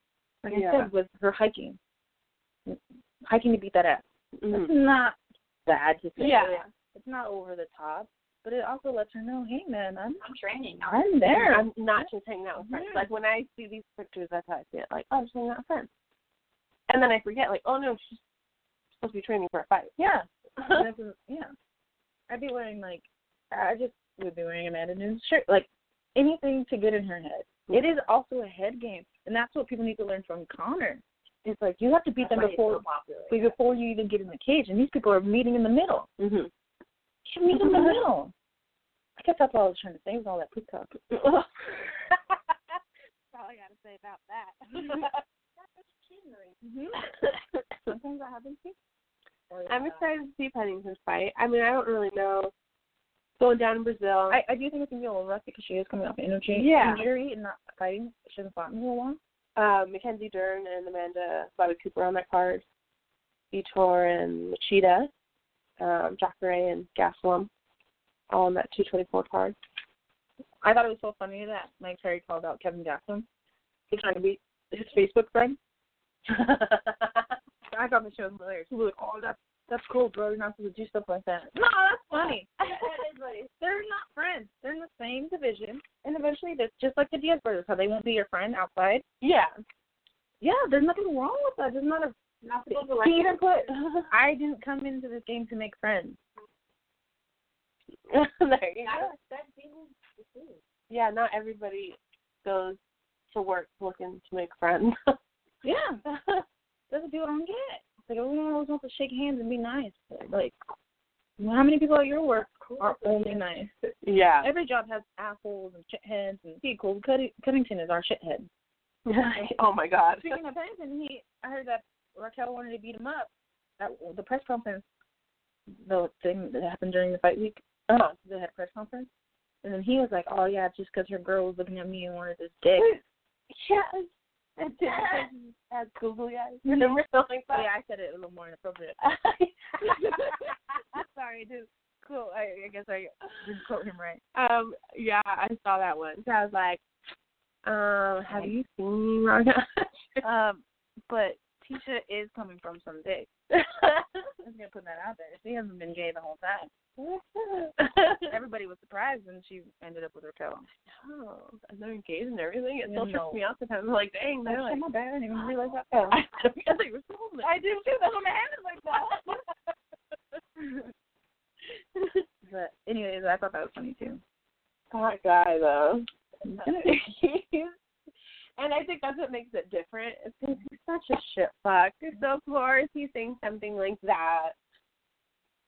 B: Like I
D: Yeah.
B: said with her hiking. Hiking to beat that ass. It's
D: Mhm.
B: not bad to say.
D: Yeah.
B: Mm-hmm. It's not over the top. But it also lets her know, hey man, I'm
K: I'm training.
B: I'm there.
D: I'm not just hanging out with friends.
B: Yeah.
D: Like when I see these pictures, that's how I see it. Like, oh, she's hanging out with friends. And then I forget, like, oh no, she's supposed to be training for a fight.
B: Yeah. And I'd be- yeah. I'd be wearing like I just would be wearing Amanda Nunes shirt. Like anything to get in her head. It is also a head game. And that's what people need to learn from Connor. It's like you have to beat them before before you even get in the cage and these people are meeting in the middle.
D: Mm-hmm.
B: You meet in the middle. I guess that's all I was trying to say was all that poop talk.
K: That's all I gotta say about that.
B: Mm-hmm. Sometimes that happens to you.
D: I'm excited to see Pennington's fight. I mean, I don't really know. Going down in Brazil.
B: I, I do think it's gonna be a little rough because she is coming off an energy
D: Yeah.
B: injury and not fighting. She hasn't fought in a little while.
D: uh, Mackenzie Dern and Amanda Bobby Cooper on that card, Vitor and Machida, um, Jacare and Gaslam, all on that 224 card.
B: I thought it was so funny that Mike Perry called out Kevin Gaston for trying to be his Facebook friend. I thought the show was hilarious. People were like, "Oh, that's that's cool, bro. You're not supposed to do stuff like that." No, that's funny. They're not friends. They're in the same division, and eventually, that's just like the Diaz brothers. How they won't be your friend outside.
D: Yeah.
B: Yeah, there's nothing wrong with that. There's not a
K: Not supposed to like
B: he even put. I didn't come into this game to make friends.
D: there you
K: I
D: go.
K: don't expect people to see.
D: Yeah, not everybody goes to work looking to make friends.
B: Yeah. That's what people don't get. Like everyone always wants to shake hands and be nice. But, like how many people at your work are only nice?
D: yeah.
B: Every job has assholes and shitheads and people. Cud- Covington is our shithead.
D: oh my God.
B: Speaking of Pennington, he I heard that Raquel wanted to beat him up at the press conference. The thing that happened during the fight week. Oh, they had a press conference, and then he was like, "Oh yeah, just because her girl was looking at me and wanted this dick." Oh,
D: Yes. And Jim has googly eyes. Remember something
B: Oh,
D: like
B: yeah, I said it a little more inappropriate.
D: that?
B: Sorry, dude. Cool. I, I guess I didn't quote him right.
D: um, yeah, I saw that one. So I was like, um, have you seen Rona?
B: Um, but Tisha is coming from some dick. I'm gonna put that out there. She hasn't been gay the whole time. Everybody was surprised when she ended up with Raquel.
D: oh, and they're engaged and everything. It
B: Yeah,
D: still
B: no.
D: trips me out sometimes. I'm like, dang, they're like,
B: my bad. I didn't even realize that.
D: I forgot they were so old.
B: I did too. That's what my hand is like that. but anyways, I thought that was funny too.
D: that guy though. and I think that's what makes it different. It's because he's such a shit fuck. So of course he's saying something like that.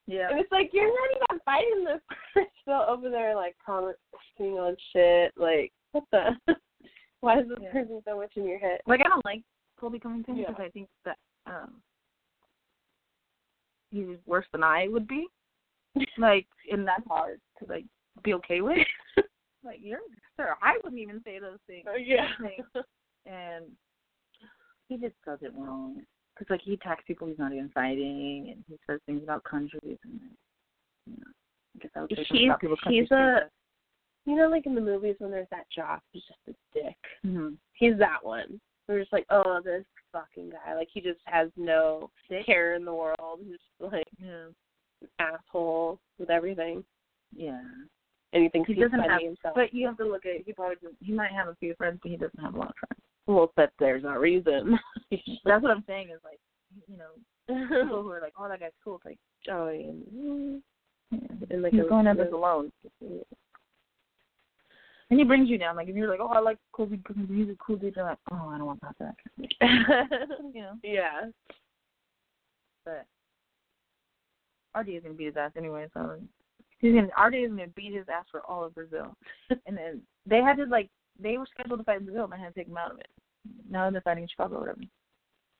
B: Yeah.
D: It was like you're not even fighting this person still over there like commenting on shit. Like what the? Why is this
B: Yeah.
D: person so much in your head?
B: Like I don't like Colby Covington
D: Yeah.
B: because I think that um he's worse than I would be. like, and that's hard to like be okay with. like you're sir, I wouldn't even say those things.
D: yeah.
B: Like, and he just does it wrong. Cause like he attacks people he's not even fighting, and he says things about countries and you know. I guess I would say something
D: He's-
B: about people countries
D: he's a- You know, like in the movies when there's that jock who's just a dick.
B: hmm
D: He's that one. We're just like, oh, this fucking guy. Like he just has no care in the world. He's just like
B: yeah
D: an asshole with everything.
B: yeah.
D: And he thinks
B: He
D: he's
B: doesn't
D: funny
B: have-
D: himself.
B: But you have to look at he probably doesn't, he might have a few friends, but he doesn't have a lot of friends.
D: well, but there's a reason. He's just
B: That's what I'm saying is like you know people
D: like,
B: who are like oh that guy's cool it's like
D: Joey and
B: yeah,
D: And, like, oh,
B: he's
D: a-
B: going at this alone
D: yeah.
B: and he brings you down like if you're like oh I like cool dude because he's a cool dude you're like oh I don't want to talk to that guy you know
D: yeah.
B: but RD is gonna beat his ass anyway so he's gonna RD is gonna beat his ass for all of Brazil and then they had to like they were scheduled to fight in Brazil and they had to take him out of it now they're fighting in Chicago or whatever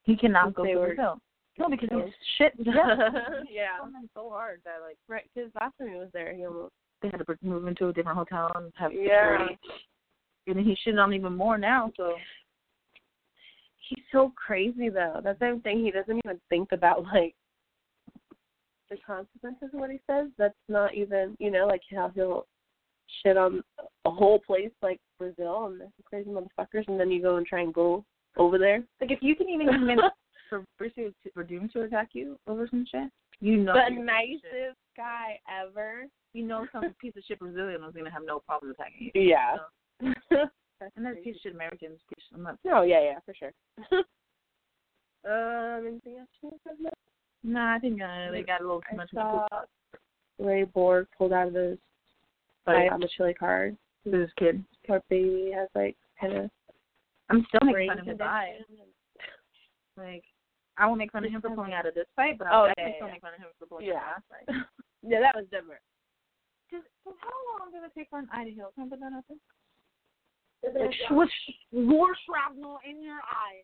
B: he cannot go
D: They
B: to
D: were-
B: Brazil no because
D: they
B: he's shit yeah.
D: yeah.
B: on them so hard that like
D: Right, because last time he was there, he almost.
B: they had to br- move into a different hotel and have
D: Yeah.
B: security. And then he's shitting on even more now. So
D: He's so crazy though. That's the same thing. He doesn't even think about like the consequences of what he says. That's not even you know like how he'll shit on a whole place like Brazil and the crazy motherfuckers, and then you go and try and go over there.
B: like if you can even convince for Bruce to, for Doom to attack you over some shit, you know
D: the
B: you-
D: nicest guy ever.
B: you know some piece of shit Brazilian was gonna have no problem attacking you.
D: Yeah.
B: And there's piece of shit Americans. piece of- I'm not,
D: oh yeah, yeah, for sure. um, anything else you wanna talk about?
B: nah, I think uh, they got a little too
D: I
B: much.
D: saw Ray Borg pulled out of his
B: Like,
D: I am a chili card.
B: this kid.
D: Poor baby has like kind of
B: I'm still making
D: brain
B: fun of his
D: condition.
B: eyes. Like I will make fun of him for pulling out of this fight, but I'll
D: Oh, yeah, yeah,
B: still
D: yeah.
B: make fun of him for pulling
D: Yeah.
B: out of that fight.
D: Yeah, that was different.
B: Just so how long did it take for an eye to heal? Can I put that out there?
L: With more shrapnel in your eye.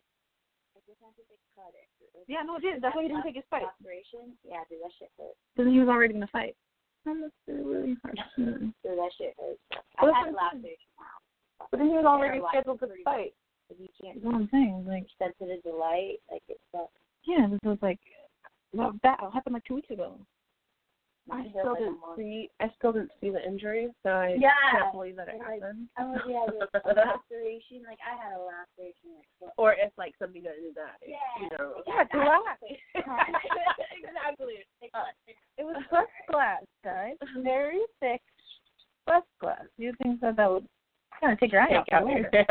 L: I just have to take cut it.
B: Yeah, no, it did. That's why he didn't take his fight.
L: Operation? Yeah, dude, that shit hurts.
B: Because he was already gonna fight. And that's really hard.
L: Dude, that shit hurts.
B: Well,
L: I had
B: that's-
L: laceration now.
D: But then he was already scheduled for the fight.
L: If you
B: That's
L: can't
B: what I'm saying. Like,
L: sensitive to light, like it sucks.
B: yeah, this was like that, that happened like two weeks ago.
L: I
D: I
L: feel
D: still
L: like
D: didn't
L: I'm on-
D: see. I still didn't see the injury, so I
L: Yeah.
D: can't believe that it
L: I-
D: happened.
L: I'm like, yeah, dude, a laceration. Like I had a laceration. Like, what?
D: Or if like somebody got into that,
L: Yeah.
D: you know.
L: Yeah,
D: glass.
L: exactly. Like,
D: It was plus glass, guys. Very thick plus glass.
B: You think that that would kind of take your eye out? for later.
L: Damn,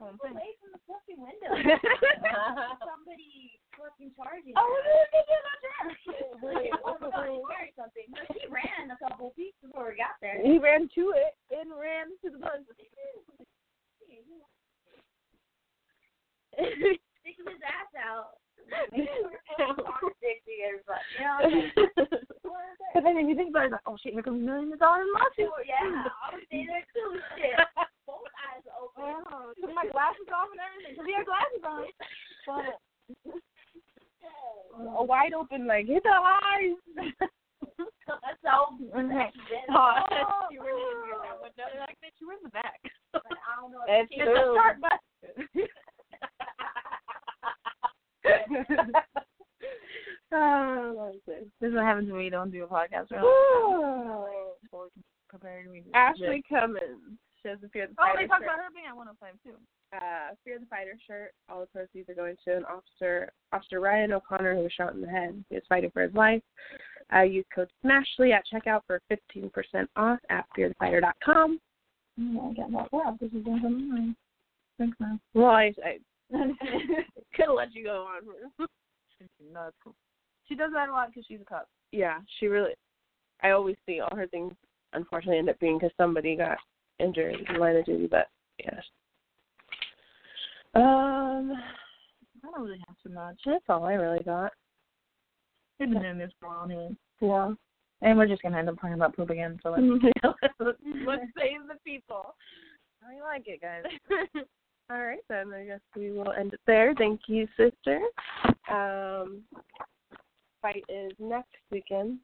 L: move away from the fucking window. Uh-huh. Somebody fucking charging.
D: Oh,
L: her.
D: look at you,
L: Like, oh my God, he heard something. But she ran a couple feet before we got there.
D: He ran to it and ran to the bus.
M: sticking his ass out. Contradicting everybody. You know, like, what is that?
D: But then if you think about it, like, oh shit, here comes millions of dollars in lawsuits.
M: yeah, I would stay there too. Shit, both eyes open.
B: Took my glasses off and everything. See, I glasses on. a wide open, like hit the eyes.
M: That's all.
B: Mhm.
M: Oh.
B: you really didn't hear that one. No, they're like, bitch, you were in the back.
M: But I don't know.
B: That's
M: if it's a
B: true.
M: shark bite.
D: Oh, this is what happens when you don't do a podcast. Right? Compared to me,
B: Ashley Cummins.
D: she has a fear of the
B: Oh,
D: fighter
B: they talked
D: shirt.
B: about her being at 105 too.
D: Uh, fear of the fighter shirt. All the proceeds are going to an officer, Officer Ryan O'Connor, who was shot in the head. He was fighting for his life. Uh, use code Smashly at checkout for 15% off at fearthefighter.com.
B: Oh, I got that. Wow, this is online. Thanks, man.
D: Well, I, I could have let you go on.
B: No, that's cool. She does that a lot because she's a cop.
D: Yeah, she really. I always see all her things. Unfortunately, end up being because somebody got injured in the line of duty. But yes. Um,
B: I don't really have too much.
D: that's all I really got.
B: We've been doing this for a while anyway.
D: Yeah.
B: And we're just going to end up talking about poop again. So let's,
D: I
B: let's save the people.
D: like it, guys. all right, then I guess we will end it there. Thank you, sister. Um, fight is next weekend.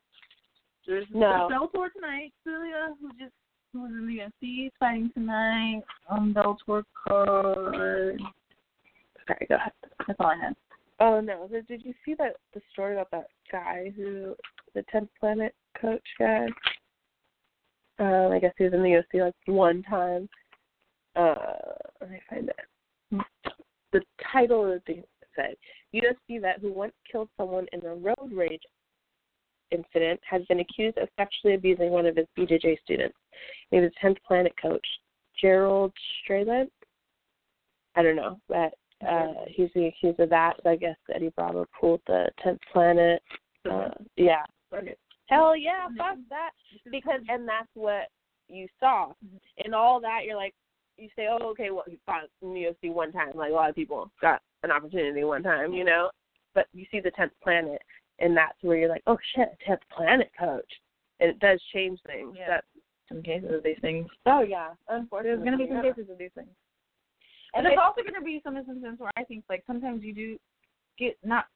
B: There's
D: No.
B: Bellator tonight. Celia, who just who was in the UFC, is fighting tonight on Bellator card.
D: Sorry, go ahead.
B: That's all I had.
D: Oh no! Did, did you see that the story about that guy who the tenth planet coach guy? Um, I guess he was in the UFC like one time. Uh, let me find it. The title of the thing said UFC vet who once killed someone in a road rage incident has been accused of sexually abusing one of his BJJ students. He was tenth planet coach Gerald Strayland. I don't know, but uh, he's the accused of that. So I guess Eddie Bravo pulled the tenth planet. Uh, yeah. Hell yeah, fuck that. Because and that's what you saw. And all that you're like you say, Oh, okay, well you fought in the UFC one time, like a lot of people got an opportunity one time, you know? But you see the tenth planet and that's where you're like, Oh shit, tenth planet coach and it does change things.
B: Yeah.
D: That's
B: Some cases of these things.
D: oh yeah,
B: There's
D: unfortunately.
B: going to be some
D: yeah.
B: cases of these things. And
D: And
B: there's
D: it-
B: also going to be some instances where I think, like, sometimes you do get not.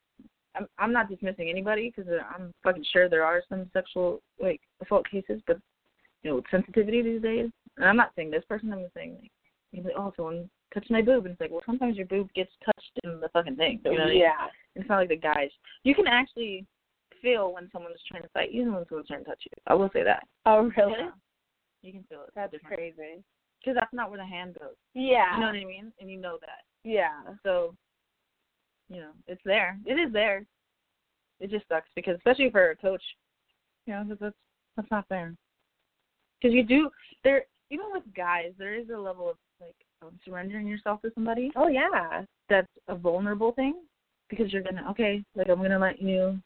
B: I'm I'm not dismissing anybody because I'm fucking sure there are some sexual like assault cases, but you know, with sensitivity these days. And I'm not saying this person. I'm just saying like, you know, oh, someone touched my boob, and it's like, well, sometimes your boob gets touched in the fucking thing. You know? what I mean?
D: yeah.
B: It's not like the guys. You can actually feel when someone's trying to fight you and when someone's trying to touch you. I will say that.
D: Oh really?
B: Yeah. You can feel it.
D: That's crazy.
B: Because that's not where the hand goes.
D: Yeah.
B: You know what I mean? And you know that.
D: Yeah.
B: So, you know, it's there. It is there. It just sucks because, especially for a coach, you know, 'cause that's that's not there. Because you do there, even with guys, there is a level of like um, surrendering yourself to somebody
D: Oh yeah.
B: that's a vulnerable thing because you're gonna okay, like I'm gonna let you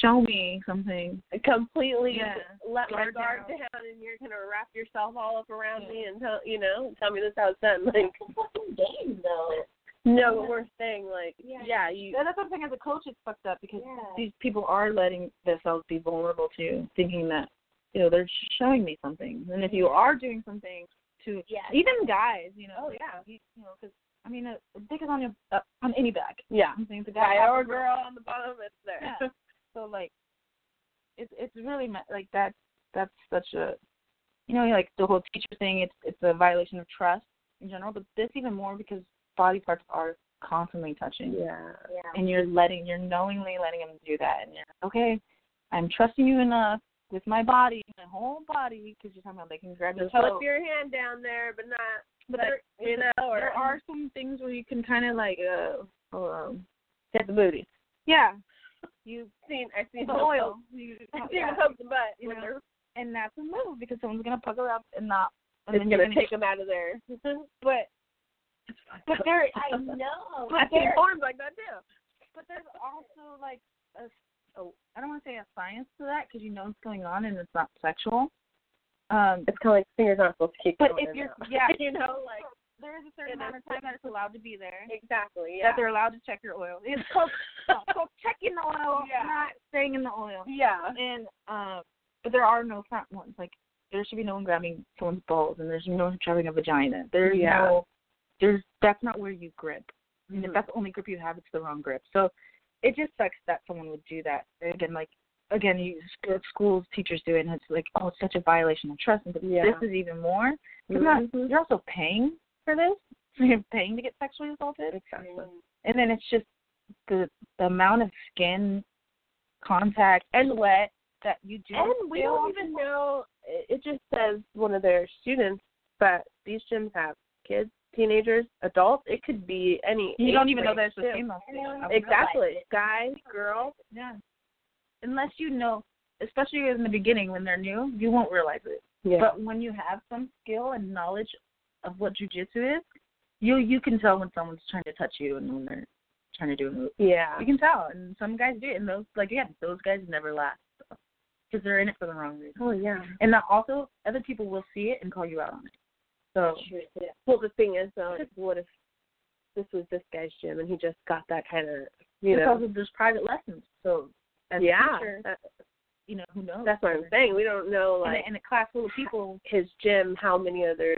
B: show me something.
D: completely
B: Yeah.
D: let my
B: Guard
D: guard down.
B: down.
D: and you're gonna wrap yourself all up around
B: Yeah.
D: me and tell you know tell me this how it's done like
M: It's a fucking game, though.
D: no but we're saying like yeah,
M: Yeah.
D: you
B: Yeah, that's what I'm saying. As a coach, it's fucked up because
M: Yeah.
B: these people are letting themselves be vulnerable to thinking that you know they're showing me something, and if you are doing something to
M: Yeah.
B: even guys, you know,
D: Oh,
B: like,
D: yeah.
B: you, you know, because I mean, a, a dick is on your uh, on any back.
D: yeah
B: I'm saying it's a guy
D: guy or
B: or
D: girl on the bottom it's there
B: Yeah. So like, it's it's really me- like that's that's such a you know like the whole teacher thing. It's it's a violation of trust in general, but this even more because body parts are constantly touching
D: yeah
M: Yeah.
B: and you're letting you're knowingly letting him do that and you're okay i'm trusting you enough with my body my whole body because you're talking about they can grab your
D: just slip
B: throat.
D: your hand down there but not
B: Oh. but
D: there- you know or
B: there are some things where you can kind of like uh um
D: hit the booty
B: yeah
D: you've seen i've seen
B: the
D: people
B: oil
D: poke-
B: You-
D: I've seen
B: yeah.
D: them poke the butt
B: You
D: when
B: know,
D: they're-
B: and that's a move because someone's gonna pucker up and not and
D: it's
B: then you're
D: gonna take them out of there but
B: but there
M: I know.
B: But
D: i've seen porns like that too
B: but there's also like a, a I don't want to say a science to that because you know what's going on and it's not sexual. Um,
D: it's kind of like fingers aren't supposed to keep
B: but if you're yeah,
D: you know like
B: there is a certain
D: Yeah,
B: amount of time that it's allowed to be there.
D: Exactly.
B: That they're allowed to check your oil. It's called, called checking the oil,
D: Yeah.
B: not staying in the oil.
D: yeah.
B: And um, but there are no front ones. Like there should be no one grabbing someone's balls, and there's no one grabbing a vagina. There's
D: Yeah. Mm-hmm.
B: no, there's that's not where you grip. And if that's the only grip you have, it's the wrong grip. So it just sucks that someone would do that. And again, like again, you sc- schools teachers do it, and it's like oh, it's such a violation of trust. But
D: Yeah. Mm-hmm.
B: this is even more. 'Cause Not, you're also paying for this. You're paying to get sexually assaulted. Exactly. And then it's just the, the amount of skin contact and wet that you do.
D: And we don't even know. It it just says one of their students, but these gyms have kids, teenagers, adults. It could be any.
B: You
D: age
B: don't even know
D: range,
B: there's a
D: too.
B: female.
D: Exactly, guy, girl.
B: Yeah. Unless you know, especially in the beginning when they're new, you won't realize it.
D: Yeah.
B: But when you have some skill and knowledge of what jujitsu is, you you can tell when someone's trying to touch you and when they're trying to do a move.
D: yeah.
B: You can tell, and some guys do, it, and those like yeah, those guys never last because they're in it for the wrong reason.
D: Oh yeah.
B: And that also other people will see it and call you out on it. So
D: Well, the thing is, though, is what if this was this guy's gym and he just got that kind of, you
B: it's
D: know?
B: also there's private lessons. So as
D: yeah.
B: a teacher,
D: That,
B: you know who knows.
D: that's what I'm saying. We don't know,
B: In
D: like,
B: a, in a class full of people,
D: his gym, how many other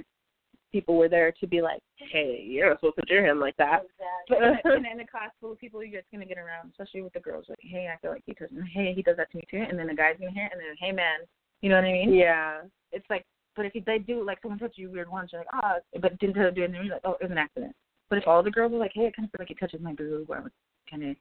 D: people were there to be like, hey, you're not supposed to do him like that.
B: but in a, in, a, in a class full of people, you're just gonna get around, especially with the girls. Like, hey, I feel like he doesn't. Hey, he does that to me too. And then the guy's gonna hear, it, and then hey, man, you know what I mean?
D: yeah.
B: It's like, but if they do, like someone touches you weird once, you're like, ah, but didn't tell you, and then you're like, oh, it was an accident. But if all the girls are like, hey, I kind of feel like he touches my boob, or kind of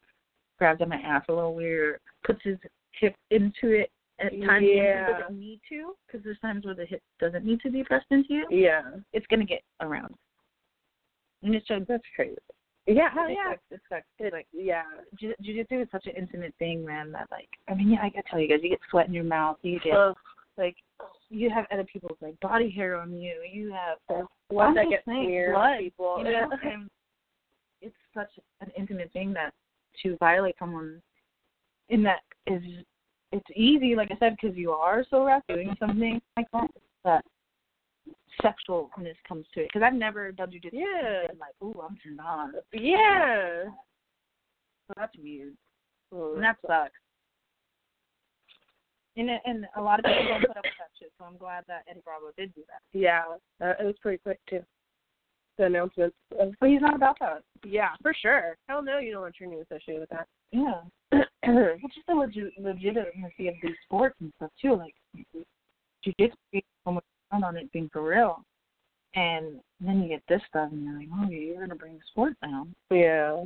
B: grabs at my ass a little weird, puts his hip into it at times when
D: Yeah.
B: he doesn't need to, because there's times where the hip doesn't need to be pressed into you.
D: Yeah.
B: it's gonna get around. And it's just that's crazy.
D: Yeah.
B: it
D: yeah.
B: sucks. It sucks.
D: It's,
B: like
D: yeah.
B: ju- jujitsu is such an intimate thing, man. That like, I mean, yeah, I gotta tell you guys, you get sweat in your mouth. You get
D: Ugh.
B: like, you have other people's like body hair on you. You have I'm
D: Once I
B: just
D: get
B: saying,
D: near
B: blood,
D: people.
B: you know, and it's such an intimate thing that to violate someone in that is it's easy, like I said, because you are so rough doing something like that. But sexualness comes to it because I've never done jujitsu.
D: Yeah.
B: and been Like, ooh, I'm turned on.
D: yeah.
B: So that's weird. And that sucks. And it- and a lot of people don't put up with that shit. So I'm glad that Eddie Bravo did do that.
D: Yeah. Uh, it was pretty quick, too. The announcements. Of,
B: But he's not about that.
D: yeah, for sure. Hell no, you don't want your name associated with
B: Yeah.
D: that.
B: It's just the legi- legitimacy of these sports and stuff too. Like jujitsu, being so much fun on it being for real, and then you get this stuff, and you're like, oh, you're gonna bring the sport down.
D: Yeah.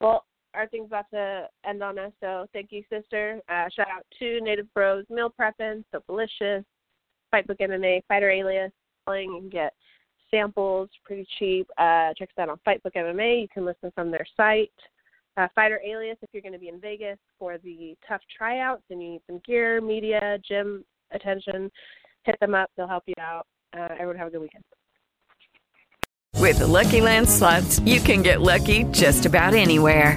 D: Well, our thing's about to end on us, so thank you, sister. Uh, shout out to Native Bros, Meal Prepping, So Delicious, Fight Book MMA, Fighter Alias. You can get samples pretty cheap. Uh, check us out on Fight Book MMA. You can listen from their site. Uh, Fighter Alias, if you're going to be in Vegas for the tough tryouts and you need some gear, media, gym attention, hit them up. They'll help you out. Uh, everyone have a good weekend.
N: With the Lucky Land slots, you can get lucky just about anywhere.